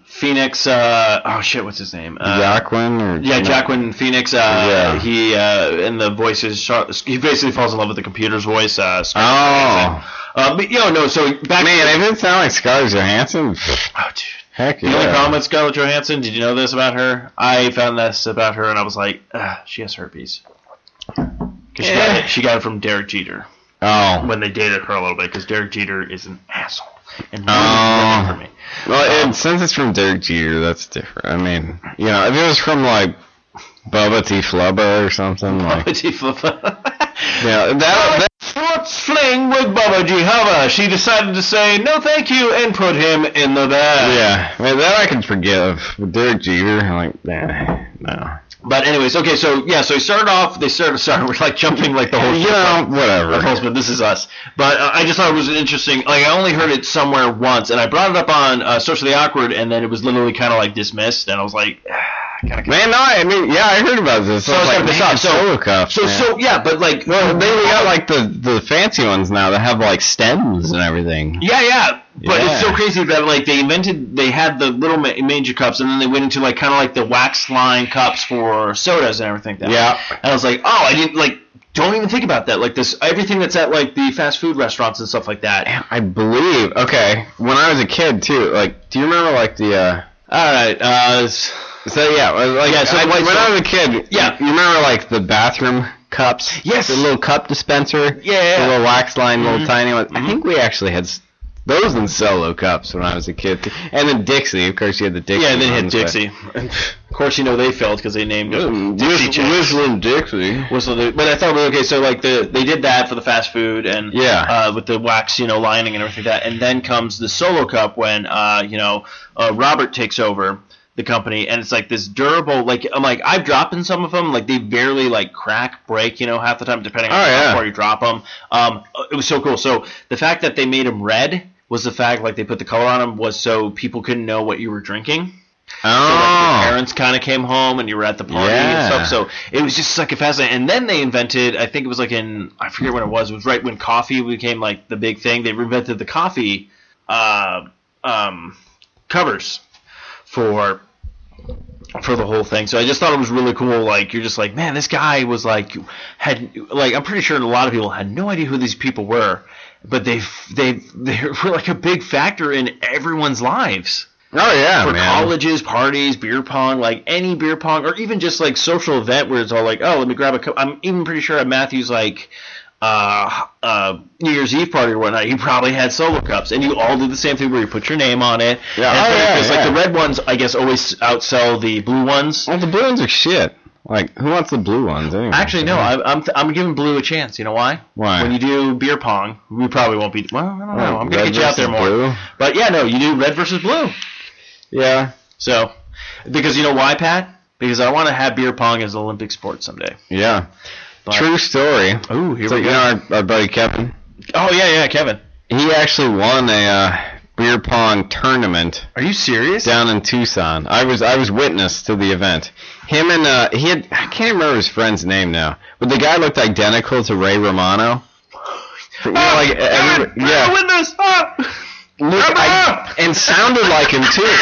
Speaker 3: Phoenix. Uh, oh shit, what's his name? Uh,
Speaker 4: Jacqueline or
Speaker 3: Yeah, Jacqueline Phoenix. Uh,
Speaker 4: Yeah.
Speaker 3: He uh, and the voices. Char- he basically falls in love with the computer's voice. Uh,
Speaker 4: Oh
Speaker 3: uh, but yo, no. So back.
Speaker 4: man, if it sound like Scarlett Johansson, pfft,
Speaker 3: Oh, dude.
Speaker 4: heck
Speaker 3: The
Speaker 4: yeah.
Speaker 3: only problem with Scarlett Johansson, did you know this about her? I found this about her, and I was like, ah, she has herpes. 'Cause She, got
Speaker 4: Yeah.
Speaker 3: it, she got it from Derek Jeter
Speaker 4: oh,
Speaker 3: when they dated her a little bit, because Derek Jeter is an asshole. And really
Speaker 4: Oh.
Speaker 3: bad for me.
Speaker 4: well, and since it's from Derek Jeter, that's different. I mean, you know, if it was from like Bubba T. Flubba or something, like
Speaker 3: Petit Flava.
Speaker 4: yeah, that, that
Speaker 3: Sports fling with Baba Jehova. She decided to say no, thank you, and put him in the bag.
Speaker 4: yeah, I mean, that I can forgive. But Derek Jeter, I'm like, nah, no.
Speaker 3: But anyways, okay, so yeah, so he started off. They started. Sorry, we're like jumping like the whole.
Speaker 4: You know, whatever.
Speaker 3: Our Postman, this is us. But uh, I just thought it was interesting. Like I only heard it somewhere once, and I brought it up on uh, socially awkward, and then it was literally kind of like dismissed, and I was like, kind of.
Speaker 4: Man, no, I mean, yeah, I heard about this. So I
Speaker 3: let's
Speaker 4: was like,
Speaker 3: look this
Speaker 4: man,
Speaker 3: up. So-
Speaker 4: solo cuffs.
Speaker 3: So
Speaker 4: man.
Speaker 3: so yeah, but like
Speaker 4: Well, they they got like the the fancy ones now that have like stems and everything.
Speaker 3: yeah yeah. But it's so
Speaker 4: Yeah.
Speaker 3: crazy that like they invented, they had the little ma- manger cups, and then they went into like kind of like the wax line cups for sodas and everything. Like that.
Speaker 4: Yeah.
Speaker 3: And I was like, oh, I didn't like. Don't even think about that. Like this, everything that's at like the fast food restaurants and stuff like that.
Speaker 4: I believe. Okay, when I was a kid too. Like, do you remember like the? uh
Speaker 3: All right. Uh, s-
Speaker 4: So yeah, well, like
Speaker 3: Yeah, so
Speaker 4: I-
Speaker 3: like-
Speaker 4: when
Speaker 3: so-
Speaker 4: I was a kid,
Speaker 3: Yeah.
Speaker 4: you remember like the bathroom cups?
Speaker 3: Yes.
Speaker 4: the little cup dispenser.
Speaker 3: Yeah, yeah, Mm-hmm.
Speaker 4: the
Speaker 3: yeah.
Speaker 4: little wax line, little tiny ones. I think we actually had. s- Those in solo cups when I was a kid, too. and then Dixie. Of course, you had the Dixie.
Speaker 3: Yeah, and then hit
Speaker 4: ones, but-
Speaker 3: Dixie. of course, you know they failed because they named him Dixie
Speaker 4: Whist-
Speaker 3: Chicks.
Speaker 4: Whistling Dixie.
Speaker 3: Whistle the- But I thought, well, okay, so like the they did that for the fast food and
Speaker 4: Yeah.
Speaker 3: uh, with the wax, you know, lining and everything like that, and then comes the solo cup when uh, you know uh, Robert takes over the company, and it's like this durable. Like I'm like I've dropped in some of them, like they barely like crack, break, you know, half the time depending on
Speaker 4: Oh,
Speaker 3: how
Speaker 4: yeah.
Speaker 3: far you drop them. Um, it was so cool. So the fact that they made them red was the fact like they put the color on them was so people couldn't know what you were drinking
Speaker 4: Oh,
Speaker 3: your parents kind of came home and you were at the party
Speaker 4: Yeah.
Speaker 3: and stuff. So it was just like a fascinating. And then they invented, I think it was like in, I forget when it was. It was right when coffee became like the big thing. They invented the coffee uh, um, covers for for the whole thing. So I just thought it was really cool. Like you're just like, man, this guy was like had like I'm pretty sure a lot of people had no idea who these people were, but they they they were like a big factor in everyone's lives
Speaker 4: oh yeah,
Speaker 3: for
Speaker 4: man.
Speaker 3: colleges, parties, beer pong, like any beer pong, or even just like social event where it's all like, oh, let me grab a cup. I'm even pretty sure at Matthew's like uh, uh, New Year's Eve party or whatnot, you probably had solo cups, and you all did the same thing where you put your name on it.
Speaker 4: Yeah,
Speaker 3: and it's
Speaker 4: oh,
Speaker 3: funny
Speaker 4: yeah,
Speaker 3: 'cause, like
Speaker 4: yeah.
Speaker 3: the red ones, I guess, always outsell the blue ones.
Speaker 4: Well, the blue ones are shit. Like, who wants the blue ones anyway?
Speaker 3: Actually, no, I, I'm I'm giving blue a chance. You know why? Oh,
Speaker 4: Why?
Speaker 3: When you do beer pong, we probably won't be. Well, I don't know. I'm gonna
Speaker 4: Red
Speaker 3: get you out there
Speaker 4: versus
Speaker 3: more.
Speaker 4: blue?
Speaker 3: But yeah, no, you do red versus blue.
Speaker 4: Yeah,
Speaker 3: So, because you know why, Pat? Because I want to have beer pong as an Olympic sport someday.
Speaker 4: yeah.
Speaker 3: But-
Speaker 4: True story.
Speaker 3: Ooh, here
Speaker 4: so,
Speaker 3: we
Speaker 4: you
Speaker 3: go.
Speaker 4: know our, our buddy Kevin?
Speaker 3: Oh yeah, yeah, Kevin.
Speaker 4: He actually won a uh, beer pong tournament
Speaker 3: Are you serious?
Speaker 4: down in Tucson. I was I was witness to the event. Him and uh, he had I can't remember his friend's name now, but the guy looked identical to Ray Romano. You
Speaker 3: Ah,
Speaker 4: know, like every, yeah.
Speaker 6: windows up.
Speaker 4: Look,
Speaker 6: Come
Speaker 4: I,
Speaker 6: up!
Speaker 4: and sounded like him too.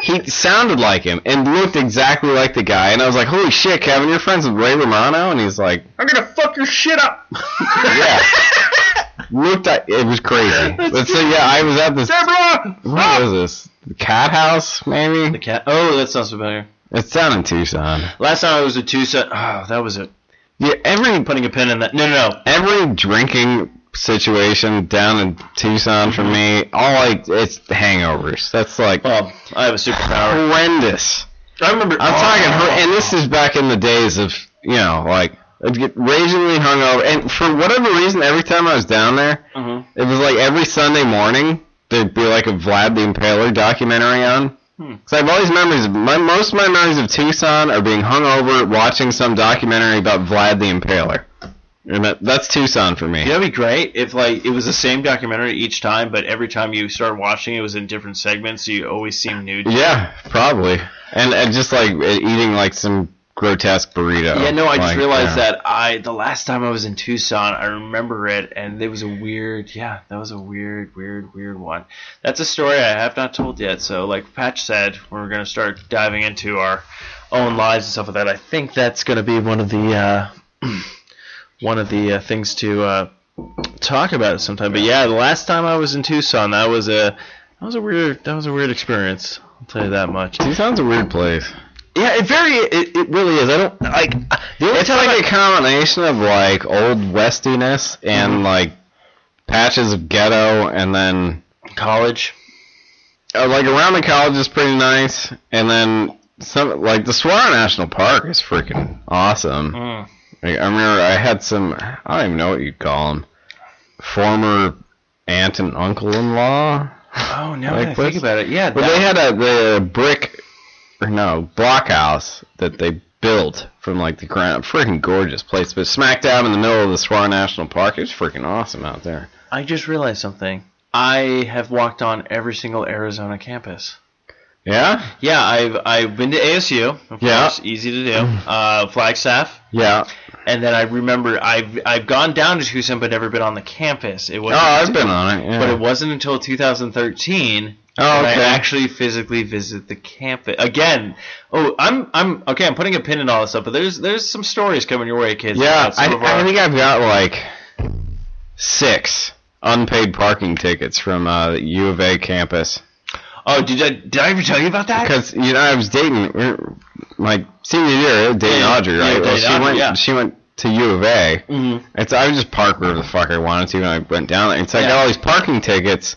Speaker 4: He sounded like him and looked exactly like the guy. And I was like, "Holy shit, Kevin, you're friends with Ray Romano?" And he's like,
Speaker 6: I'm gonna fuck your shit up.
Speaker 4: "Yeah." looked, at, it was crazy. But so yeah, I was at this.
Speaker 6: Deborah.
Speaker 4: What was this? The Cat House,
Speaker 3: The
Speaker 4: maybe?
Speaker 3: cat. Oh, that sounds familiar.
Speaker 4: It's down in Tucson.
Speaker 3: Last time I was a Tucson. Oh, that was it.
Speaker 4: Yeah, every
Speaker 3: Putting a pin in that. No, no, no.
Speaker 4: every drinking situation down in Tucson for me, all like it's hangovers. That's like
Speaker 3: Well, Um, I have a superpower.
Speaker 4: horrendous.
Speaker 3: I remember. Oh.
Speaker 4: I'm talking, hor- and this is back in the days of you know, like I'd get ragingly hungover, and for whatever reason, every time I was down there,
Speaker 3: Mhm.
Speaker 4: it was like every Sunday morning there'd be like a Vlad the Impaler documentary on.
Speaker 3: Hmm.
Speaker 4: So I have all these memories. Of my most of my memories of Tucson are being hungover, watching some documentary about Vlad the Impaler, and that, that's Tucson for me.
Speaker 3: You know, it'd be great if like it was the same documentary each time, but every time you started watching, it was in different segments, so you always seemed new. To
Speaker 4: Yeah, probably. And, and just like e-, eating like some grotesque burrito.
Speaker 3: Yeah, no, I just
Speaker 4: Like,
Speaker 3: realized
Speaker 4: yeah.
Speaker 3: that I the last time I was in Tucson, I remember it, and it was a weird, yeah, that was a weird, weird, weird one. That's a story I have not told yet. So, like Patch said, we're gonna start diving into our own lives and stuff like that. I think that's gonna be one of the uh, one of the uh, things to uh, talk about it sometime. But yeah, the last time I was in Tucson, that was a that was a weird that was a weird experience. I'll tell you that much.
Speaker 4: Tucson's a weird place.
Speaker 3: Yeah, it very it, it really is. I don't like the only
Speaker 4: It's
Speaker 3: time I-
Speaker 4: like a combination of like old westiness and
Speaker 3: Mm-hmm.
Speaker 4: like patches of ghetto, and then
Speaker 3: college.
Speaker 4: uh, like around the college is pretty nice, and then some like the Saguaro National Park is freaking awesome.
Speaker 3: Mm.
Speaker 4: Like, I remember I had some I don't even know what you'd call them former aunt and uncle in law.
Speaker 3: Oh, now that
Speaker 4: Like
Speaker 3: I think
Speaker 4: this?
Speaker 3: about it, yeah,
Speaker 4: But
Speaker 3: that-
Speaker 4: they had a the brick, or no blockhouse that they built from like the ground. Freaking gorgeous place, but smack dab in the middle of the Saguaro National Park. It's freaking awesome out there.
Speaker 3: I just realized something. I have walked on every single Arizona campus.
Speaker 4: Yeah,
Speaker 3: Yeah, I've I've been to ASU. Of
Speaker 4: Yeah.
Speaker 3: course, easy to do. Uh, Flagstaff,
Speaker 4: yeah.
Speaker 3: and then I remember I've I've gone down to Tucson, but never been on the campus. It
Speaker 4: Oh,
Speaker 3: was.
Speaker 4: I've been on it. Yeah.
Speaker 3: But it wasn't until 2013
Speaker 4: oh,
Speaker 3: that I
Speaker 4: okay.
Speaker 3: actually physically visit the campus again. Oh, I'm I'm okay. I'm putting a pin in all this stuff, but there's there's some stories coming your way, kids.
Speaker 4: Yeah,
Speaker 3: about some
Speaker 4: I,
Speaker 3: of our-
Speaker 4: I think I've got like six unpaid parking tickets from uh, the U of A campus.
Speaker 3: oh, did I did I ever tell you about that?
Speaker 4: Because you know, I was dating er, my senior year, I was dating
Speaker 3: Yeah,
Speaker 4: Audrey,
Speaker 3: yeah,
Speaker 4: right?
Speaker 3: you
Speaker 4: well,
Speaker 3: dated
Speaker 4: she
Speaker 3: Audrey,
Speaker 4: went,
Speaker 3: yeah.
Speaker 4: she went to U of A.
Speaker 3: Mhm.
Speaker 4: And so I would just park wherever the fuck I wanted to, and I went down there. And so I
Speaker 3: Yeah.
Speaker 4: got all these parking tickets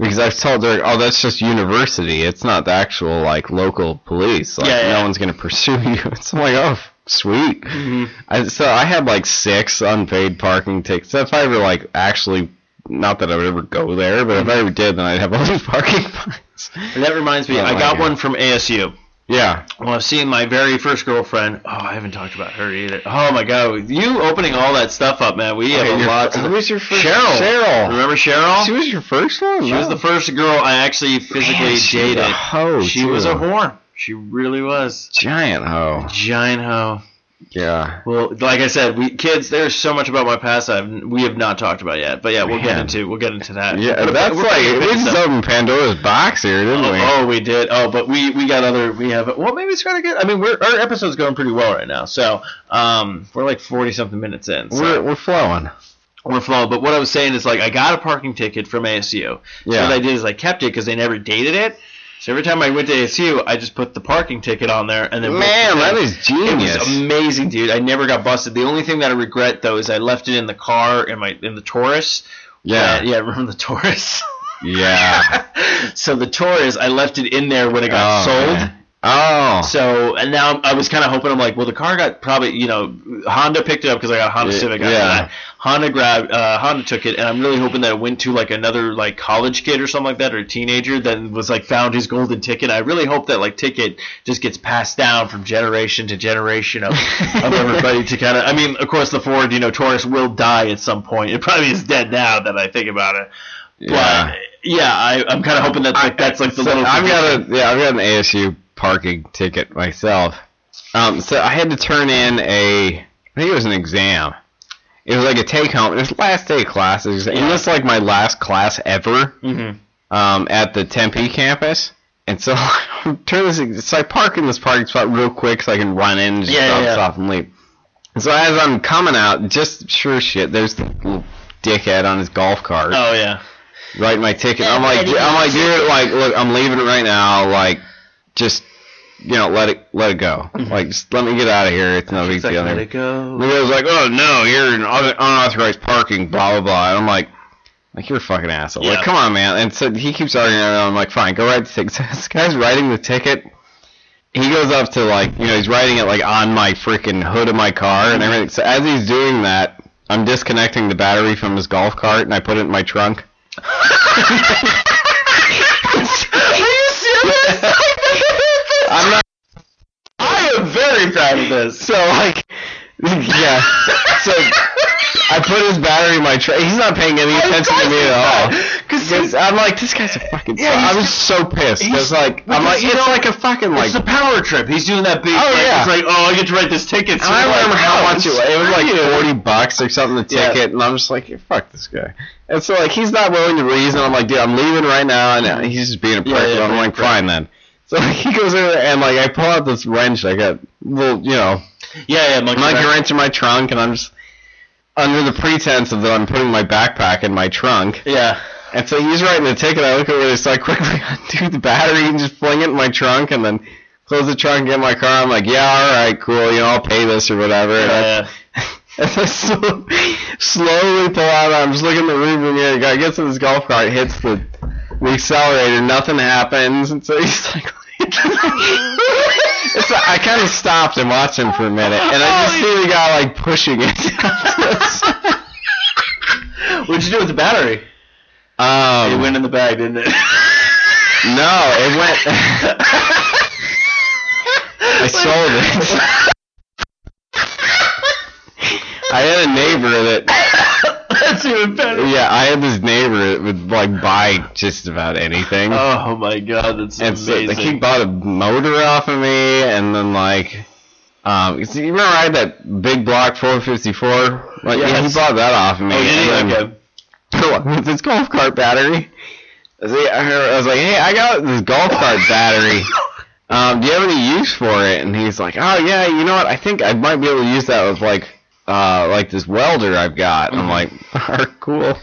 Speaker 4: because I was told, they're like, oh, that's just university. It's not the actual like local police. Like
Speaker 3: Yeah, yeah.
Speaker 4: no one's gonna pursue you. So I'm like, oh, sweet.
Speaker 3: Mm-hmm.
Speaker 4: I, so I had like six unpaid parking tickets. So if I ever like actually. Not that I would ever go there, but if I ever did, then I'd have all these parking fines.
Speaker 3: And that reminds me,
Speaker 4: Oh
Speaker 3: I
Speaker 4: my
Speaker 3: got
Speaker 4: God.
Speaker 3: one from ASU.
Speaker 4: Yeah,
Speaker 3: Well, I've seen my very first girlfriend. Oh, I haven't talked about her either. Oh my god, you opening all that stuff up, man. We have a
Speaker 4: your-
Speaker 3: lot. To
Speaker 4: who was your first-
Speaker 3: Cheryl?
Speaker 4: Cheryl.
Speaker 3: Remember Cheryl?
Speaker 4: She was your first one.
Speaker 3: She was the first girl I actually physically dated.
Speaker 4: hoe.
Speaker 3: she was a whore. She really was.
Speaker 4: giant hoe.
Speaker 3: Giant hoe.
Speaker 4: Yeah.
Speaker 3: Well, like I said, we kids. There's so much about my past that I've, we have not talked about yet. But yeah, we'll get
Speaker 4: Man.
Speaker 3: into we'll get into that.
Speaker 4: Yeah,
Speaker 3: We're-
Speaker 4: that's
Speaker 3: we're-
Speaker 4: like
Speaker 3: we're-
Speaker 4: we just opened Pandora's box here, didn't we?
Speaker 3: Oh, oh, we did. Oh, but we we got other. We have. Well, maybe it's kind of good. I mean, we're our episode's going pretty well right now. So, um, we're like forty something minutes in. So
Speaker 4: We're we're flowing.
Speaker 3: we're flowing. But what I was saying is like I got a parking ticket from ASU. So
Speaker 4: Yeah.
Speaker 3: what I did is I kept it because they never dated it. So every time I went to ASU, I just put the parking ticket on there and then
Speaker 4: Man, that is
Speaker 3: It
Speaker 4: genius.
Speaker 3: was amazing, dude. I never got busted. The only thing that I regret though is I left it in the car in my in the Taurus. Uh,
Speaker 4: yeah.
Speaker 3: yeah. Remember the Taurus?
Speaker 4: Yeah.
Speaker 3: so the Taurus, I left it in there when it got
Speaker 4: Oh,
Speaker 3: sold.
Speaker 4: man. Oh.
Speaker 3: So and now I was kind of hoping I'm like, well, the car got probably you know Honda picked it up because I got a Honda
Speaker 4: Yeah,
Speaker 3: Civic. after
Speaker 4: yeah.
Speaker 3: that. Honda grabbed uh, Honda took it, and I'm really hoping that it went to like another like college kid or something like that or a teenager that was like found his golden ticket. I really hope that like ticket just gets passed down from generation to generation of, of everybody to kind of. I mean, of course, the Ford you know Taurus will die at some point. It probably is dead now that I think about it. But
Speaker 4: yeah.
Speaker 3: yeah, I, I'm kind of hoping that like, that's like the
Speaker 4: So
Speaker 3: little.
Speaker 4: I've got a yeah, I've got an ASU parking ticket myself. Um, so I had to turn in a I think it was an exam, It was like a take home. It was last day class. It was, and this like my last class ever
Speaker 3: Mm-hmm.
Speaker 4: um, at the Tempe campus. And so turn this. It's like park in this parking spot real quick so I can run in and just
Speaker 3: Yeah,
Speaker 4: bounce
Speaker 3: yeah.
Speaker 4: off and leave. And so as I'm coming out, just sure shit, there's the little dickhead on his golf cart
Speaker 3: Oh yeah.
Speaker 4: write my ticket. I'm like, I'm like, dude, like, look, I'm leaving it right now. Like, just, you know, let it, let it go. Like, just let me get out of here. It's no big
Speaker 3: It's Mm-hmm. like,
Speaker 4: deal.
Speaker 3: let
Speaker 4: The
Speaker 3: it go.
Speaker 4: guy was like, oh no, you're in un- unauthorized parking, blah blah blah. And I'm like, like you're a fucking asshole.
Speaker 3: Yeah.
Speaker 4: Like, come on, man. And so he keeps arguing, and I'm like, fine, go write the ticket. So this guy's writing the ticket. He goes up to like, you know, he's writing it like on my freaking hood of my car and everything. So as he's doing that, I'm disconnecting the battery from his golf cart and I put it in my trunk. I'm not. I am very proud of this. So like, yeah. So I put his battery in my tray. He's not paying any attention to me at all. Because I'm like, this guy's a fucking.
Speaker 3: Yeah,
Speaker 4: I
Speaker 3: he's
Speaker 4: was so pissed.
Speaker 3: he's-
Speaker 4: It's like I'm
Speaker 3: because,
Speaker 4: like
Speaker 3: you
Speaker 4: it's
Speaker 3: know,
Speaker 4: like a fucking like.
Speaker 3: it's the power trip. He's doing that big.
Speaker 4: Oh,
Speaker 3: like,
Speaker 4: yeah.
Speaker 3: It's like oh, I get to write this ticket. So
Speaker 4: I don't
Speaker 3: like, oh,
Speaker 4: remember how much it was. It was like
Speaker 3: Yeah.
Speaker 4: forty bucks or something the
Speaker 3: Yeah.
Speaker 4: ticket, and I'm just like, yeah, fuck this guy. And so like he's not willing to reason. I'm like, dude, I'm leaving right now, and he's just being a prick.
Speaker 3: Yeah, yeah,
Speaker 4: and I'm
Speaker 3: being a
Speaker 4: like,
Speaker 3: prick.
Speaker 4: fine then. So like, he goes over and like I pull out this wrench. I got little, you know,
Speaker 3: Yeah, yeah, monkey
Speaker 4: I'm like
Speaker 3: wrench.
Speaker 4: a wrench in my trunk, and I'm just under the pretense of that I'm putting my backpack in my trunk.
Speaker 3: Yeah.
Speaker 4: And so he's writing the ticket. I look over this, so I quickly undo the battery and just fling it in my trunk, and then close the trunk and get in my car. I'm like, yeah, all right, cool, you know, I'll pay this or whatever. And I-
Speaker 3: Yeah.
Speaker 4: and I slow, slowly pull out. I'm just looking in the rearview mirror. The guy gets in his golf cart, hits the, the accelerator. Nothing happens, and so he's like. it's I kind of stopped and watched him for a minute, and I just see the guy like pushing it.
Speaker 3: What'd you do with the battery?
Speaker 4: um,
Speaker 3: It went in the bag, didn't it?
Speaker 4: no, it went. I sold it. I had a neighbor that
Speaker 3: That's even better.
Speaker 4: Yeah, I had this neighbor that would like buy just about anything.
Speaker 3: Oh my god, that's
Speaker 4: and so
Speaker 3: amazing.
Speaker 4: like, he bought a motor off of me and then like um you see- you remember I had that big block four fifty four? Like yeah,
Speaker 3: Yes.
Speaker 4: he bought that off of me.
Speaker 3: oh, did he?
Speaker 4: and then-
Speaker 3: Okay.
Speaker 4: with this golf cart battery. I was like- I was like, hey, I got this golf cart battery. Um, do you have any use for it? And he's like, oh yeah, you know what? I think I might be able to use that with like, uh, like this welder I've got. And
Speaker 3: Mm-hmm.
Speaker 4: I'm like, alright, cool.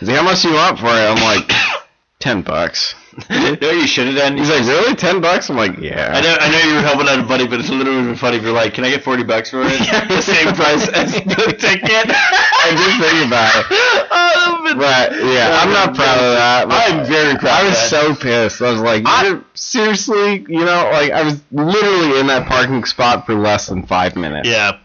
Speaker 4: He's like, how much do you want for it? I'm like, ten bucks.
Speaker 3: no, you should have done.
Speaker 4: He's like, really, ten bucks? I'm like, yeah.
Speaker 3: I know, I know you were helping out a buddy, but it's a little bit funny if you're like, "Can I get forty bucks for it? the same price as the ticket."
Speaker 4: I just think about it.
Speaker 3: Oh, but-
Speaker 4: But yeah, I'm not proud of that. but
Speaker 3: I'm very proud
Speaker 4: I
Speaker 3: of that.
Speaker 4: was so pissed. I was like,
Speaker 3: I-
Speaker 4: "You're- seriously, you know, like I was literally in that parking spot for less than five minutes.
Speaker 3: yeah,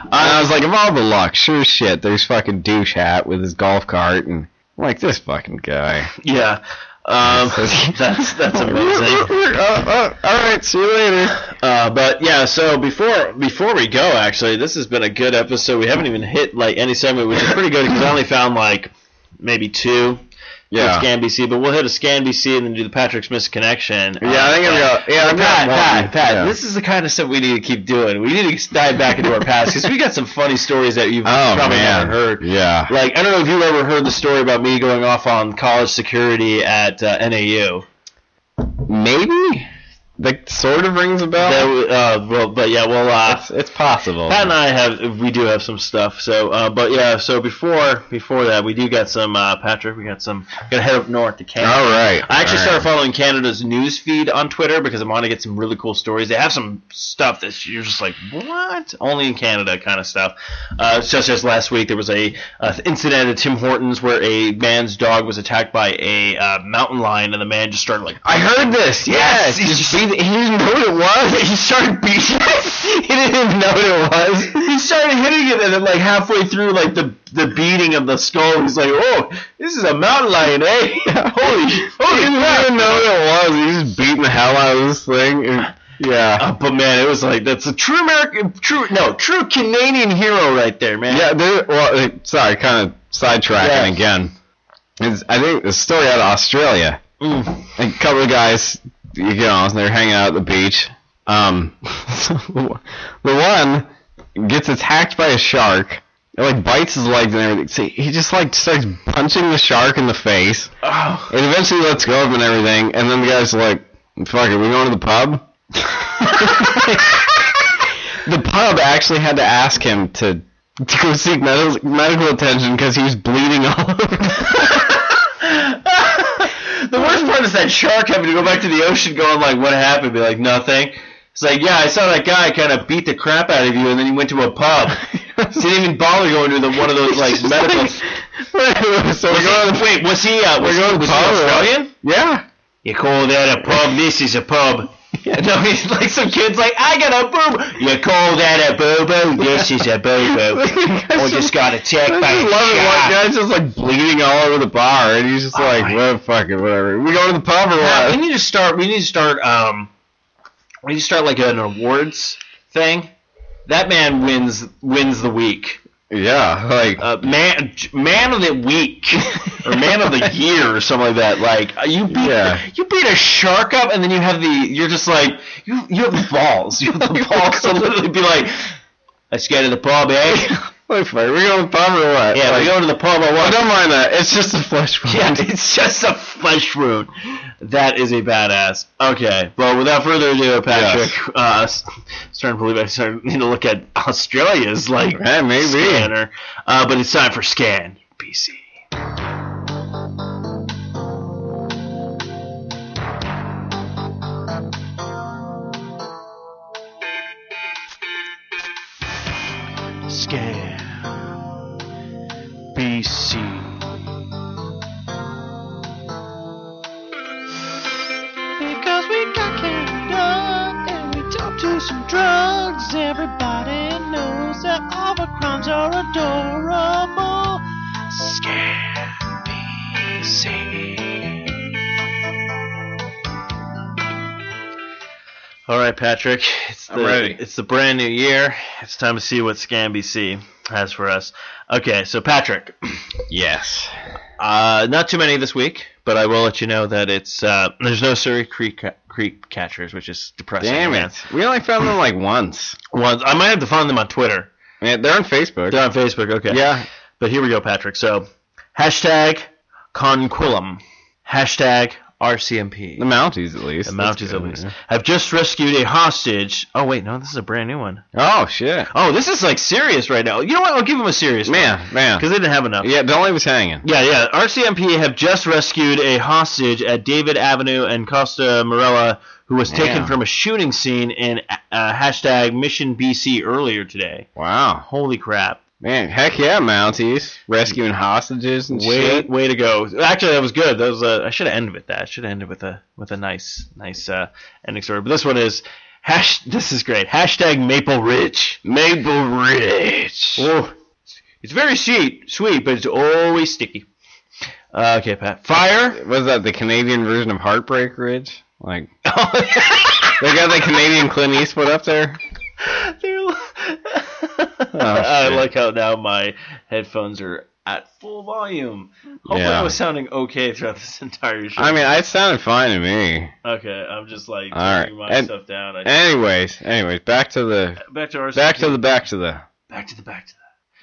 Speaker 4: And I was like, of all the luck, sure as shit, there's fucking douche hat with his golf cart and I'm like this fucking guy.
Speaker 3: yeah. Um, that's that's amazing.
Speaker 4: Uh, uh, all right, see you later.
Speaker 3: Uh, but yeah, so before before we go, actually, this has been a good episode. We haven't even hit like any segment, which is pretty good because I only found like maybe two.
Speaker 4: Yeah.
Speaker 3: With Scan BC, but we'll hit a Scan BC and then do the Patrick's Misconnection.
Speaker 4: Yeah, I think I've got. Yeah,
Speaker 3: Pat,
Speaker 4: I've got one.
Speaker 3: Pat, Pat,
Speaker 4: Yeah.
Speaker 3: this is the kind of stuff we need to keep doing. We need to dive back into our past because we got some funny stories that you've
Speaker 4: Oh
Speaker 3: probably
Speaker 4: man.
Speaker 3: never heard.
Speaker 4: Yeah.
Speaker 3: Like, I don't know if you ever heard the story about me going off on college security at uh, NAU.
Speaker 4: Maybe. That sort of rings a bell.
Speaker 3: That w- uh, well, but yeah, well, uh,
Speaker 4: it's, it's possible.
Speaker 3: Pat and I have we do have some stuff. So, uh, but yeah, so before before that, we do got some uh, Patrick. We got some. Got to head up north to Canada.
Speaker 4: All right.
Speaker 3: I actually
Speaker 4: Oh, all right.
Speaker 3: started following Canada's news feed on Twitter because I want to get some really cool stories. They have some stuff that you're just like, what? Only in Canada kind of stuff. Uh, such as last week, there was a uh, incident at Tim Hortons where a man's dog was attacked by a uh, mountain lion, and the man just started like,
Speaker 4: I heard this. Yes, he, just beat, he didn't know what it was. He started beating it. He didn't even know what it was.
Speaker 3: he started hitting it, and then like halfway through, like the the beating of the skull, he's like, oh, this is a mountain lion, eh? holy,
Speaker 4: He
Speaker 3: holy
Speaker 4: didn't
Speaker 3: crap!
Speaker 4: even know what it was. He was just beating the hell out of this thing. It- yeah,
Speaker 3: Uh, but man, it was like that's a true American, true no, true Canadian hero right there, man.
Speaker 4: yeah. There, well, uh, sorry, kind of sidetracking
Speaker 3: Yeah.
Speaker 4: again. It's, I think the story out of Australia.
Speaker 3: Mm.
Speaker 4: a couple of guys, you know, they're hanging out at the beach. Um, so the one gets attacked by a shark, It like bites his legs and everything. See, he just like starts punching the shark in the face.
Speaker 1: Oh,
Speaker 4: It eventually lets go of him and everything, and then the guy's like, "Fuck it, we going to the pub." the pub actually had to ask him to, to go seek med- medical attention because he was bleeding all over.
Speaker 3: the worst part is that shark having to go back to the ocean, going like, "What happened?" Be like, "Nothing." It's like, "Yeah, I saw that guy kind of beat the crap out of you, and then he went to a pub. he didn't even bother going to the one of those like
Speaker 4: Just
Speaker 3: medical."
Speaker 4: like- so we're going to the
Speaker 3: wait, was he? Uh, was,
Speaker 4: We're going
Speaker 3: was
Speaker 4: to
Speaker 3: he
Speaker 4: pub, right?
Speaker 3: Australian?
Speaker 4: yeah.
Speaker 3: You call that a pub? This is a pub. No, he's like some kids like, I got a boob. You call that a boo boo? This is a boo boo. I just got attacked
Speaker 4: I
Speaker 3: by
Speaker 4: just
Speaker 3: a
Speaker 4: love it. One
Speaker 3: shark.
Speaker 4: guy's just like bleeding all over the bar, and he's just like,
Speaker 3: my-
Speaker 4: "Well, fuck it, whatever. We going to the pub or
Speaker 3: Yeah, we
Speaker 4: what?"
Speaker 3: need to start. We need to start. Um, we need to start like an awards thing. That man wins wins the week.
Speaker 4: Yeah, like
Speaker 3: Uh, man, man of the week or man of the year or something like that. Like uh, you beat
Speaker 4: Yeah.
Speaker 3: you beat a shark up, and then you have the you're just like you you have the balls. You have the balls to literally be like, let's go to the pub, eh?
Speaker 4: Like, fuck, we going to the pub or what?
Speaker 3: Yeah,
Speaker 4: like,
Speaker 3: we go to the pub. I
Speaker 4: I
Speaker 3: want.
Speaker 4: don't mind that. It's just a flesh wound.
Speaker 3: Yeah, it's just a flesh wound. That is a badass. Okay, well, without further ado, Patrick,
Speaker 4: Yes.
Speaker 3: uh, s- starting to believe I started need to look at Australia's like
Speaker 4: Yeah, maybe.
Speaker 3: scanner, uh, but it's time for scan BC. Scan BC.
Speaker 7: Because we got carried on and we talked to some drugs. Everybody knows that all the crimes are adorable.
Speaker 3: All right, Patrick. It's the,
Speaker 4: I'm ready.
Speaker 3: It's the brand new year. It's time to see what Scan BC has for us. Okay, so Patrick,
Speaker 4: Yes.
Speaker 3: uh, not too many this week, but I will let you know that it's uh, there's no Surrey Creek Creek catchers, which is depressing.
Speaker 4: Damn
Speaker 3: man.
Speaker 4: it. We only found them like once.
Speaker 3: Once I might have to find them on Twitter.
Speaker 4: Man, they're on Facebook.
Speaker 3: They're on Facebook. Okay.
Speaker 4: Yeah.
Speaker 3: But here we go, Patrick. So hashtag Conquillum, hashtag RCMP.
Speaker 4: The Mounties, at least.
Speaker 3: The
Speaker 4: That's
Speaker 3: Mounties
Speaker 4: good,
Speaker 3: at least
Speaker 4: yeah.
Speaker 3: have just rescued a hostage. Oh wait, no, this is a brand new one.
Speaker 4: Oh, shit.
Speaker 3: Oh, this is like serious right now. You know what? I'll give him a serious
Speaker 4: Man, man.
Speaker 3: because they didn't have enough.
Speaker 4: Yeah, don't leave us hanging.
Speaker 3: Yeah, yeah. RCMP have just rescued a hostage at David Avenue and Costa Morella, who was taken
Speaker 4: Yeah.
Speaker 3: from a shooting scene in uh, hashtag Mission BC earlier today.
Speaker 4: Wow.
Speaker 3: Holy crap!
Speaker 4: Man, heck yeah, Mounties. Rescuing hostages and
Speaker 3: Way,
Speaker 4: shit.
Speaker 3: way to go. Actually, that was good. That was. Uh, I should have ended with that. I should have ended with a with a nice, nice uh, ending story. But this one is hash. This is great. Hashtag Maple Ridge.
Speaker 4: Maple Ridge.
Speaker 3: Oh, it's very sweet, sweet, but it's always sticky. Uh, okay, Pat. Fire.
Speaker 4: Was that the Canadian version of Heartbreak Ridge? Like, they got the Canadian Clint Eastwood up there?
Speaker 3: They're li-
Speaker 4: Oh,
Speaker 3: I like how now my headphones are at full volume. Hopefully,
Speaker 4: Yeah.
Speaker 3: it was sounding okay throughout this entire show.
Speaker 4: I mean, it sounded fine to me.
Speaker 3: okay, I'm just like
Speaker 4: All right.
Speaker 3: turning
Speaker 4: And-
Speaker 3: myself down. I,
Speaker 4: Anyways, anyways, back to the
Speaker 3: back to our
Speaker 4: back to the back to the.
Speaker 3: back to the back to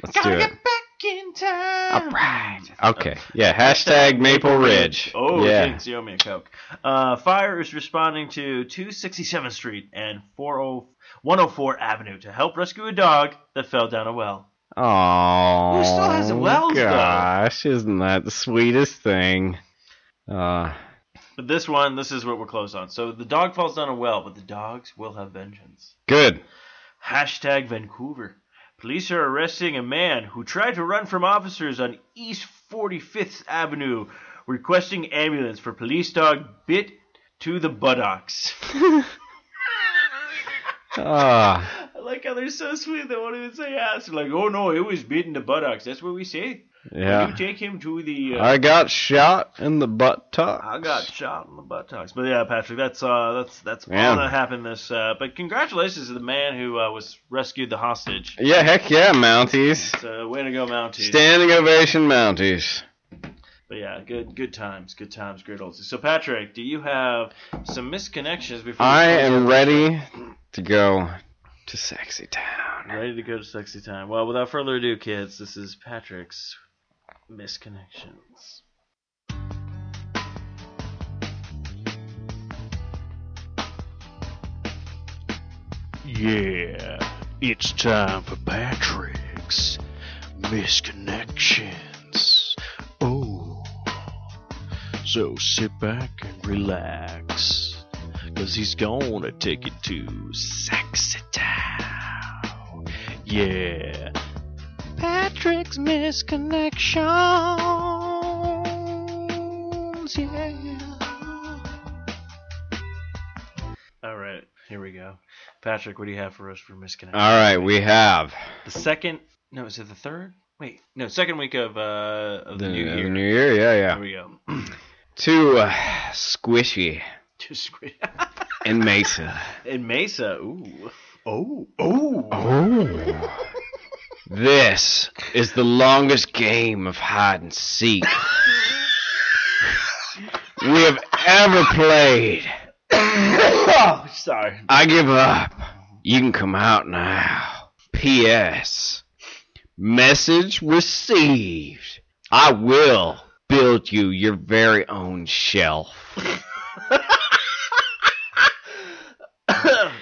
Speaker 4: Let's
Speaker 7: Gotta
Speaker 4: do
Speaker 7: get
Speaker 4: it.
Speaker 7: back in time.
Speaker 4: Okay. Yeah. Hashtag Maple Ridge.
Speaker 3: the. Oh,
Speaker 4: yeah.
Speaker 3: thanks. You owe me a coke. Uh, fire is responding to 267th Street and oh, 40 104 Avenue to help rescue a dog that fell down a well.
Speaker 4: Oh.
Speaker 3: Who still has wells, though?
Speaker 4: Gosh, isn't that the sweetest thing? Uh,
Speaker 3: But this one, this is what we're close on. So the dog falls down a well, but the dogs will have vengeance.
Speaker 4: good.
Speaker 3: Hashtag Vancouver. Police are arresting a man who tried to run from officers on East 45th Avenue, requesting ambulance for police dog bit to the buttocks.
Speaker 4: Uh,
Speaker 3: I like how they're so sweet. They won't even say ass. They're like, oh no, it was bitten the buttocks. That's what we say. You
Speaker 4: yeah.
Speaker 3: take him to the. Uh,
Speaker 4: I got shot in the butt tuck.
Speaker 3: I got shot in the buttocks. But yeah, Patrick, that's uh, that's that's all
Speaker 4: Man.
Speaker 3: that happened. This, uh, but congratulations to the man who uh, was rescued the hostage.
Speaker 4: Yeah. Heck yeah, Mounties.
Speaker 3: So way to go, Mountie.
Speaker 4: Standing ovation, Mounties.
Speaker 3: But yeah, good good times, good times, great old. So Patrick, do you have some misconnections before? we
Speaker 4: I
Speaker 3: close
Speaker 4: am
Speaker 3: out?
Speaker 4: ready to go to sexy town. down.
Speaker 3: Ready to go to sexy time. Well, without further ado, kids, this is Patrick's misconnections.
Speaker 7: Yeah, it's time for Patrick's Misconnections. Oh, so sit back and relax, cause he's gonna take it to sexy town. Yeah, Patrick's Misconnections. Yeah.
Speaker 3: All right, here we go. Patrick, what do you have for us for misconnections?
Speaker 4: All right, we have
Speaker 3: the second, no, is it the third? Wait, no, second week of uh of the, new year.
Speaker 4: New Year, yeah,
Speaker 3: There
Speaker 4: yeah.
Speaker 3: we go.
Speaker 4: Two uh, squishy
Speaker 3: Just scream.
Speaker 4: in Mesa.
Speaker 3: In Mesa, ooh. Oh,
Speaker 4: Oh. this is the longest game of hide and seek we have ever played.
Speaker 3: Oh, sorry.
Speaker 4: I give up. You can come out now. P.S. Message received. I will build you your very own shelf.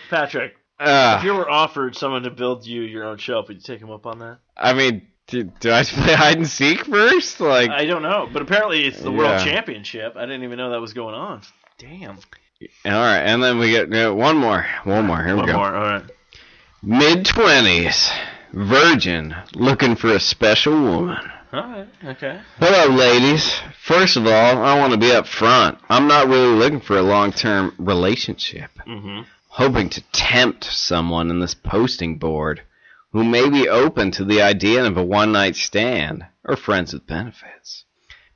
Speaker 3: Patrick, if
Speaker 4: Uh,
Speaker 3: you were offered someone to build you your own shelf, would you take him up on that?
Speaker 4: I mean, do, do I have to play hide and seek first? Like,
Speaker 3: I don't know, but apparently it's the
Speaker 4: Yeah.
Speaker 3: World Championship. I didn't even know that was going on. Damn.
Speaker 4: all right, and then we get uh, one more, one more. Here we
Speaker 3: One
Speaker 4: go.
Speaker 3: more. All right.
Speaker 4: Mid twenties, virgin, looking for a special woman.
Speaker 3: All right. Okay.
Speaker 4: Hello, ladies. First of all, I want to be up front. I'm not really looking for a long term relationship.
Speaker 3: Mm-hmm.
Speaker 4: Hoping to tempt someone in this posting board who may be open to the idea of a one night stand or friends with benefits.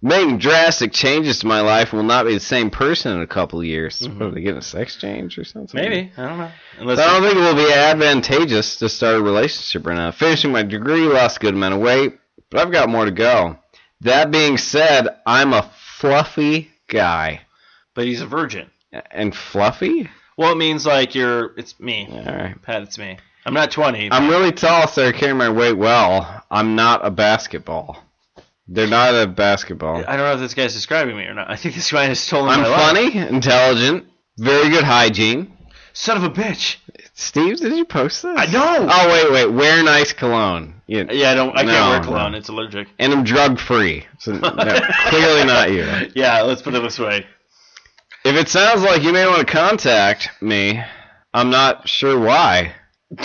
Speaker 4: Making drastic changes to my life will not be the same person in a couple of years. What, are they getting a sex change or something?
Speaker 3: Maybe. I don't know. Unless
Speaker 4: So I don't think it will be advantageous to start a relationship right now. Finishing my degree, lost a good amount of weight, but I've got more to go. That being said, I'm a fluffy guy.
Speaker 3: but he's a virgin.
Speaker 4: A- And fluffy?
Speaker 3: Well, it means like you're. It's me.
Speaker 4: Alright.
Speaker 3: Pat, it's me. I'm not 20.
Speaker 4: I'm really tall, so I carry my weight well. I'm not a basketball. They're not a basketball.
Speaker 3: I don't know if this guy's describing me or not. I think this guy has stolen
Speaker 4: I'm
Speaker 3: my life.
Speaker 4: funny, intelligent, very good hygiene.
Speaker 3: Son of a bitch.
Speaker 4: Steve, did you post this?
Speaker 3: I know.
Speaker 4: Oh, wait, wait. Wear nice cologne. Yeah.
Speaker 3: Yeah, I don't. I
Speaker 4: No,
Speaker 3: can't wear
Speaker 4: no.
Speaker 3: cologne. It's allergic.
Speaker 4: And I'm drug free. So, no, clearly not you.
Speaker 3: Yeah, let's put it this way.
Speaker 4: If it sounds like you may want to contact me, I'm not sure why.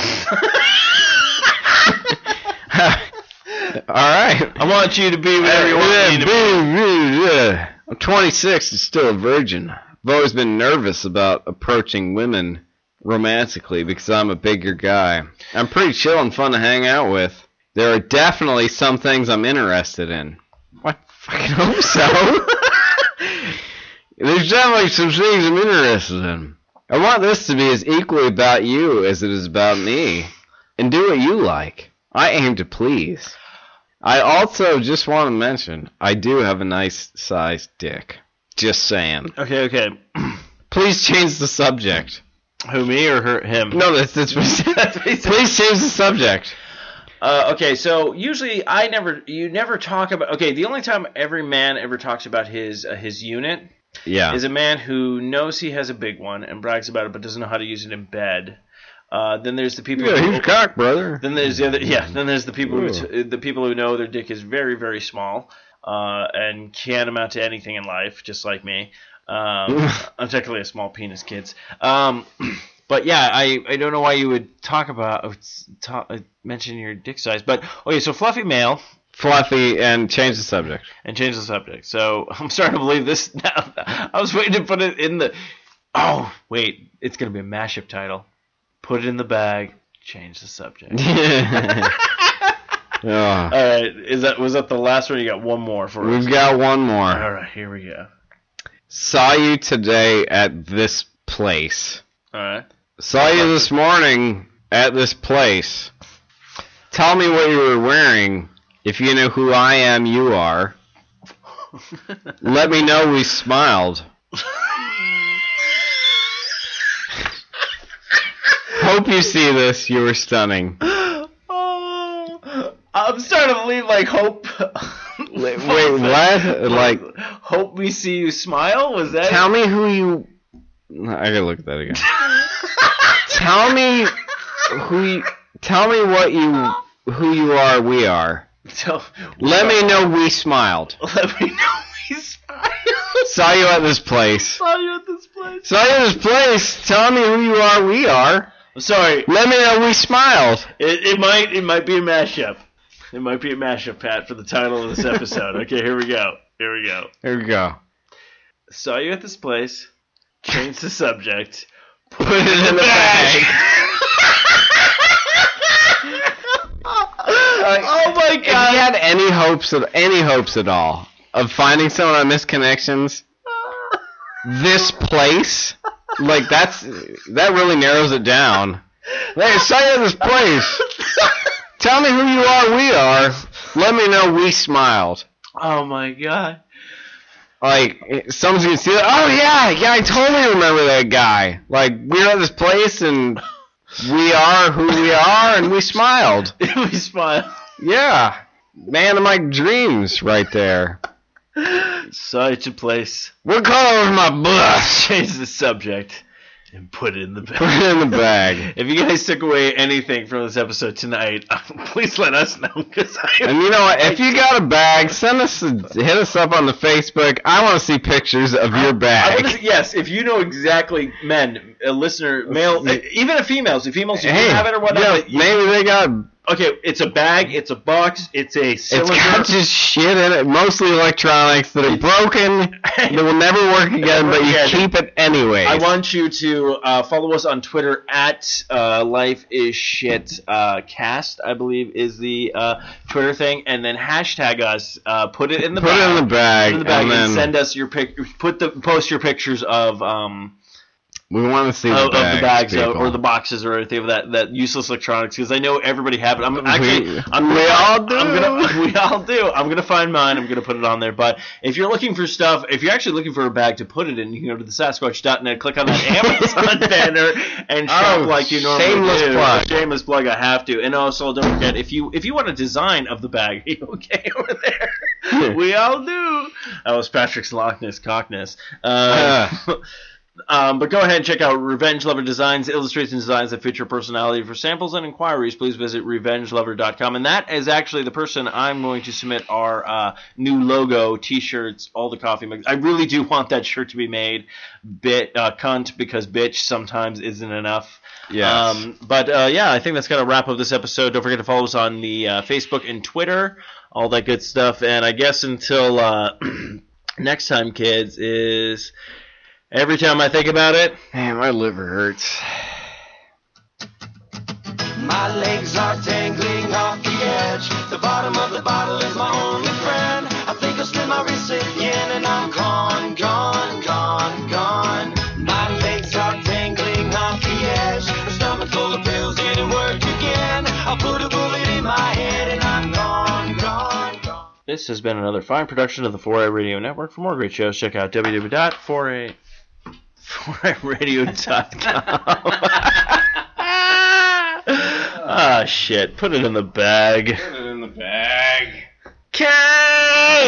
Speaker 4: All right.
Speaker 3: I want you to be whatever you want me to be.
Speaker 4: I'm 26 and still a virgin. I've always been nervous about approaching women romantically because I'm a bigger guy. I'm pretty chill and fun to hang out with. There are definitely some things I'm interested in. I fucking hope so. There's definitely some things I'm interested in. I want this to be as equally about you as it is about me. And do what you like. I aim to please. I also just want to mention I do have a nice sized dick. Just saying.
Speaker 3: Okay, okay.
Speaker 4: Please change the subject.
Speaker 3: Who me or her? Him?
Speaker 4: No, that's that's please change the subject.
Speaker 3: Uh, okay, so usually I never, you never talk about. Okay, the only time every man ever talks about his uh, his unit
Speaker 4: Yeah.
Speaker 3: is a man who knows he has a big one and brags about it, but doesn't know how to use it in bed. Uh, then there's the people.
Speaker 4: yeah,
Speaker 3: who,
Speaker 4: huge cock, brother.
Speaker 3: then there's the other. Yeah. Then there's the people. Who, the people who know their dick is very very small uh, and can't amount to anything in life, just like me. Um, I'm technically a small penis, kids. Um, but yeah, I, I don't know why you would talk about uh, ta uh, mention your dick size, but okay. So fluffy male
Speaker 4: Fluffy and change the subject.
Speaker 3: and change the subject. So I'm starting to believe this now. I was waiting to put it in the. Oh wait, it's gonna be a mashup title. Put it in the bag. Change the subject.
Speaker 4: Oh,
Speaker 3: All right, is that was that the last one? You got one more for us.
Speaker 4: we've got one
Speaker 3: All
Speaker 4: more.
Speaker 3: right, here we go.
Speaker 4: Saw you today at this place.
Speaker 3: All right.
Speaker 4: Saw you this morning at this place. Tell me what you were wearing. If you know who I am, you are. Let me know we smiled. Hope you see this. You were stunning.
Speaker 3: Oh, I'm starting to believe like hope.
Speaker 4: Wait, what? Like,
Speaker 3: hope we see you smile. Was that?
Speaker 4: tell me who you. No, I gotta look at that again. tell me who. You, tell me what you who you are. We are.
Speaker 3: So,
Speaker 4: Let me know we smiled.
Speaker 3: let me know we smile.
Speaker 4: Saw you at this place.
Speaker 3: Saw you at this place.
Speaker 4: Saw you at this place. Tell me who you are. We are.
Speaker 3: I'm sorry.
Speaker 4: Let me know we smiled.
Speaker 3: It, it might it might be a mashup. It might be a mashup, Pat, for the title of this episode. okay, here we go. Here we go.
Speaker 4: There we go.
Speaker 3: Saw you at this place. Change the subject.
Speaker 4: Put it in the bag.
Speaker 3: oh my
Speaker 4: If you had any hopes of any hopes at all of finding someone on misconnections, this place, like that's that really narrows it down. Hey, say this place. Tell me who you are. We are. Let me know. We smiled.
Speaker 3: Oh my god.
Speaker 4: Like someone's gonna see that. Oh yeah, yeah. I totally remember that guy. Like we were at this place and we are who we are, and we smiled.
Speaker 3: we smile.
Speaker 4: Yeah, man of my dreams, right there.
Speaker 3: Saw you at your place.
Speaker 4: We're calling my bus.
Speaker 3: Change the subject and put it in the bag.
Speaker 4: Put it in the bag.
Speaker 3: If you guys took away anything from this episode tonight, please let us know because
Speaker 4: And
Speaker 3: I
Speaker 4: you know what? If you got a bag, send us a, hit us up on the Facebook. I want to see pictures of your
Speaker 3: I wanna-
Speaker 4: bag.
Speaker 3: yes, if you know exactly men, a listener, male, uh, even if females, if females if
Speaker 4: Hey,
Speaker 3: you have it or whatnot.
Speaker 4: yeah,
Speaker 3: but you-
Speaker 4: maybe they got
Speaker 3: okay, it's a bag, it's a box, it's a
Speaker 4: it's
Speaker 3: cylinder.
Speaker 4: got just shit in it, mostly electronics that are broken that will never work again, but you
Speaker 3: Yeah.
Speaker 4: keep it anyway.
Speaker 3: I want you to uh, follow us on Twitter at uh, Life Is Shit uh, Cast, I believe is the uh, Twitter thing, and then hashtag us. Uh, put it in the
Speaker 4: Put it
Speaker 3: bag.
Speaker 4: in the bag,
Speaker 3: Put it in the bag
Speaker 4: and
Speaker 3: and,
Speaker 4: then
Speaker 3: send us your pic. Put the post your pictures of um
Speaker 4: we want to see
Speaker 3: of,
Speaker 4: the
Speaker 3: of the
Speaker 4: bags,
Speaker 3: bags uh, or
Speaker 4: people.
Speaker 3: the boxes or anything of that that useless electronics because I know everybody have it. I'm actually uh,
Speaker 4: We-
Speaker 3: I'm
Speaker 4: we all do.
Speaker 3: I'm gonna, we all do. I'm gonna find mine. I'm gonna put it on there. But if you're looking for stuff, if you're actually looking for a bag to put it in, you can go to the Sasquatch.net, click on that Amazon banner, and shop
Speaker 4: Oh,
Speaker 3: like you normally
Speaker 4: shameless
Speaker 3: do.
Speaker 4: plug.
Speaker 3: Shameless plug. I have to. And also, don't forget if you if you want a design of the bag, are you okay over there? we all do. That was Patrick's Lochness cockness. Uh, um, but go ahead and check out Revenge Lover Designs, illustrations and designs that feature personality. For samples and inquiries, please visit revengelover.com. And that is actually the person I'm going to submit our uh, new logo, t-shirts, all the coffee mugs. I really do want that shirt to be made. Bit uh, cunt because bitch sometimes isn't enough.
Speaker 4: Yes.
Speaker 3: Um, but uh, yeah, I think that's gonna wrap up this episode. Don't forget to follow us on the uh, Facebook and Twitter, all that good stuff. And I guess until uh, next time, kids, is every time I think about it.
Speaker 4: Man, my liver hurts.
Speaker 8: My legs are dangling off the edge. The bottom of the bottle is my only friend. I think I'll slip my wrist again and I'm gone, gone, gone, gone. My legs are dangling off the edge. My stomach full of pills didn't work again. I put a bullet in my head and I'm gone, gone, gone.
Speaker 3: This has been another fine production of the 4A Radio Network. For more great shows, check out www.4A. 4ARadio.com. ah, shit. Put it in the bag.
Speaker 4: Put it in the bag.
Speaker 3: Cat!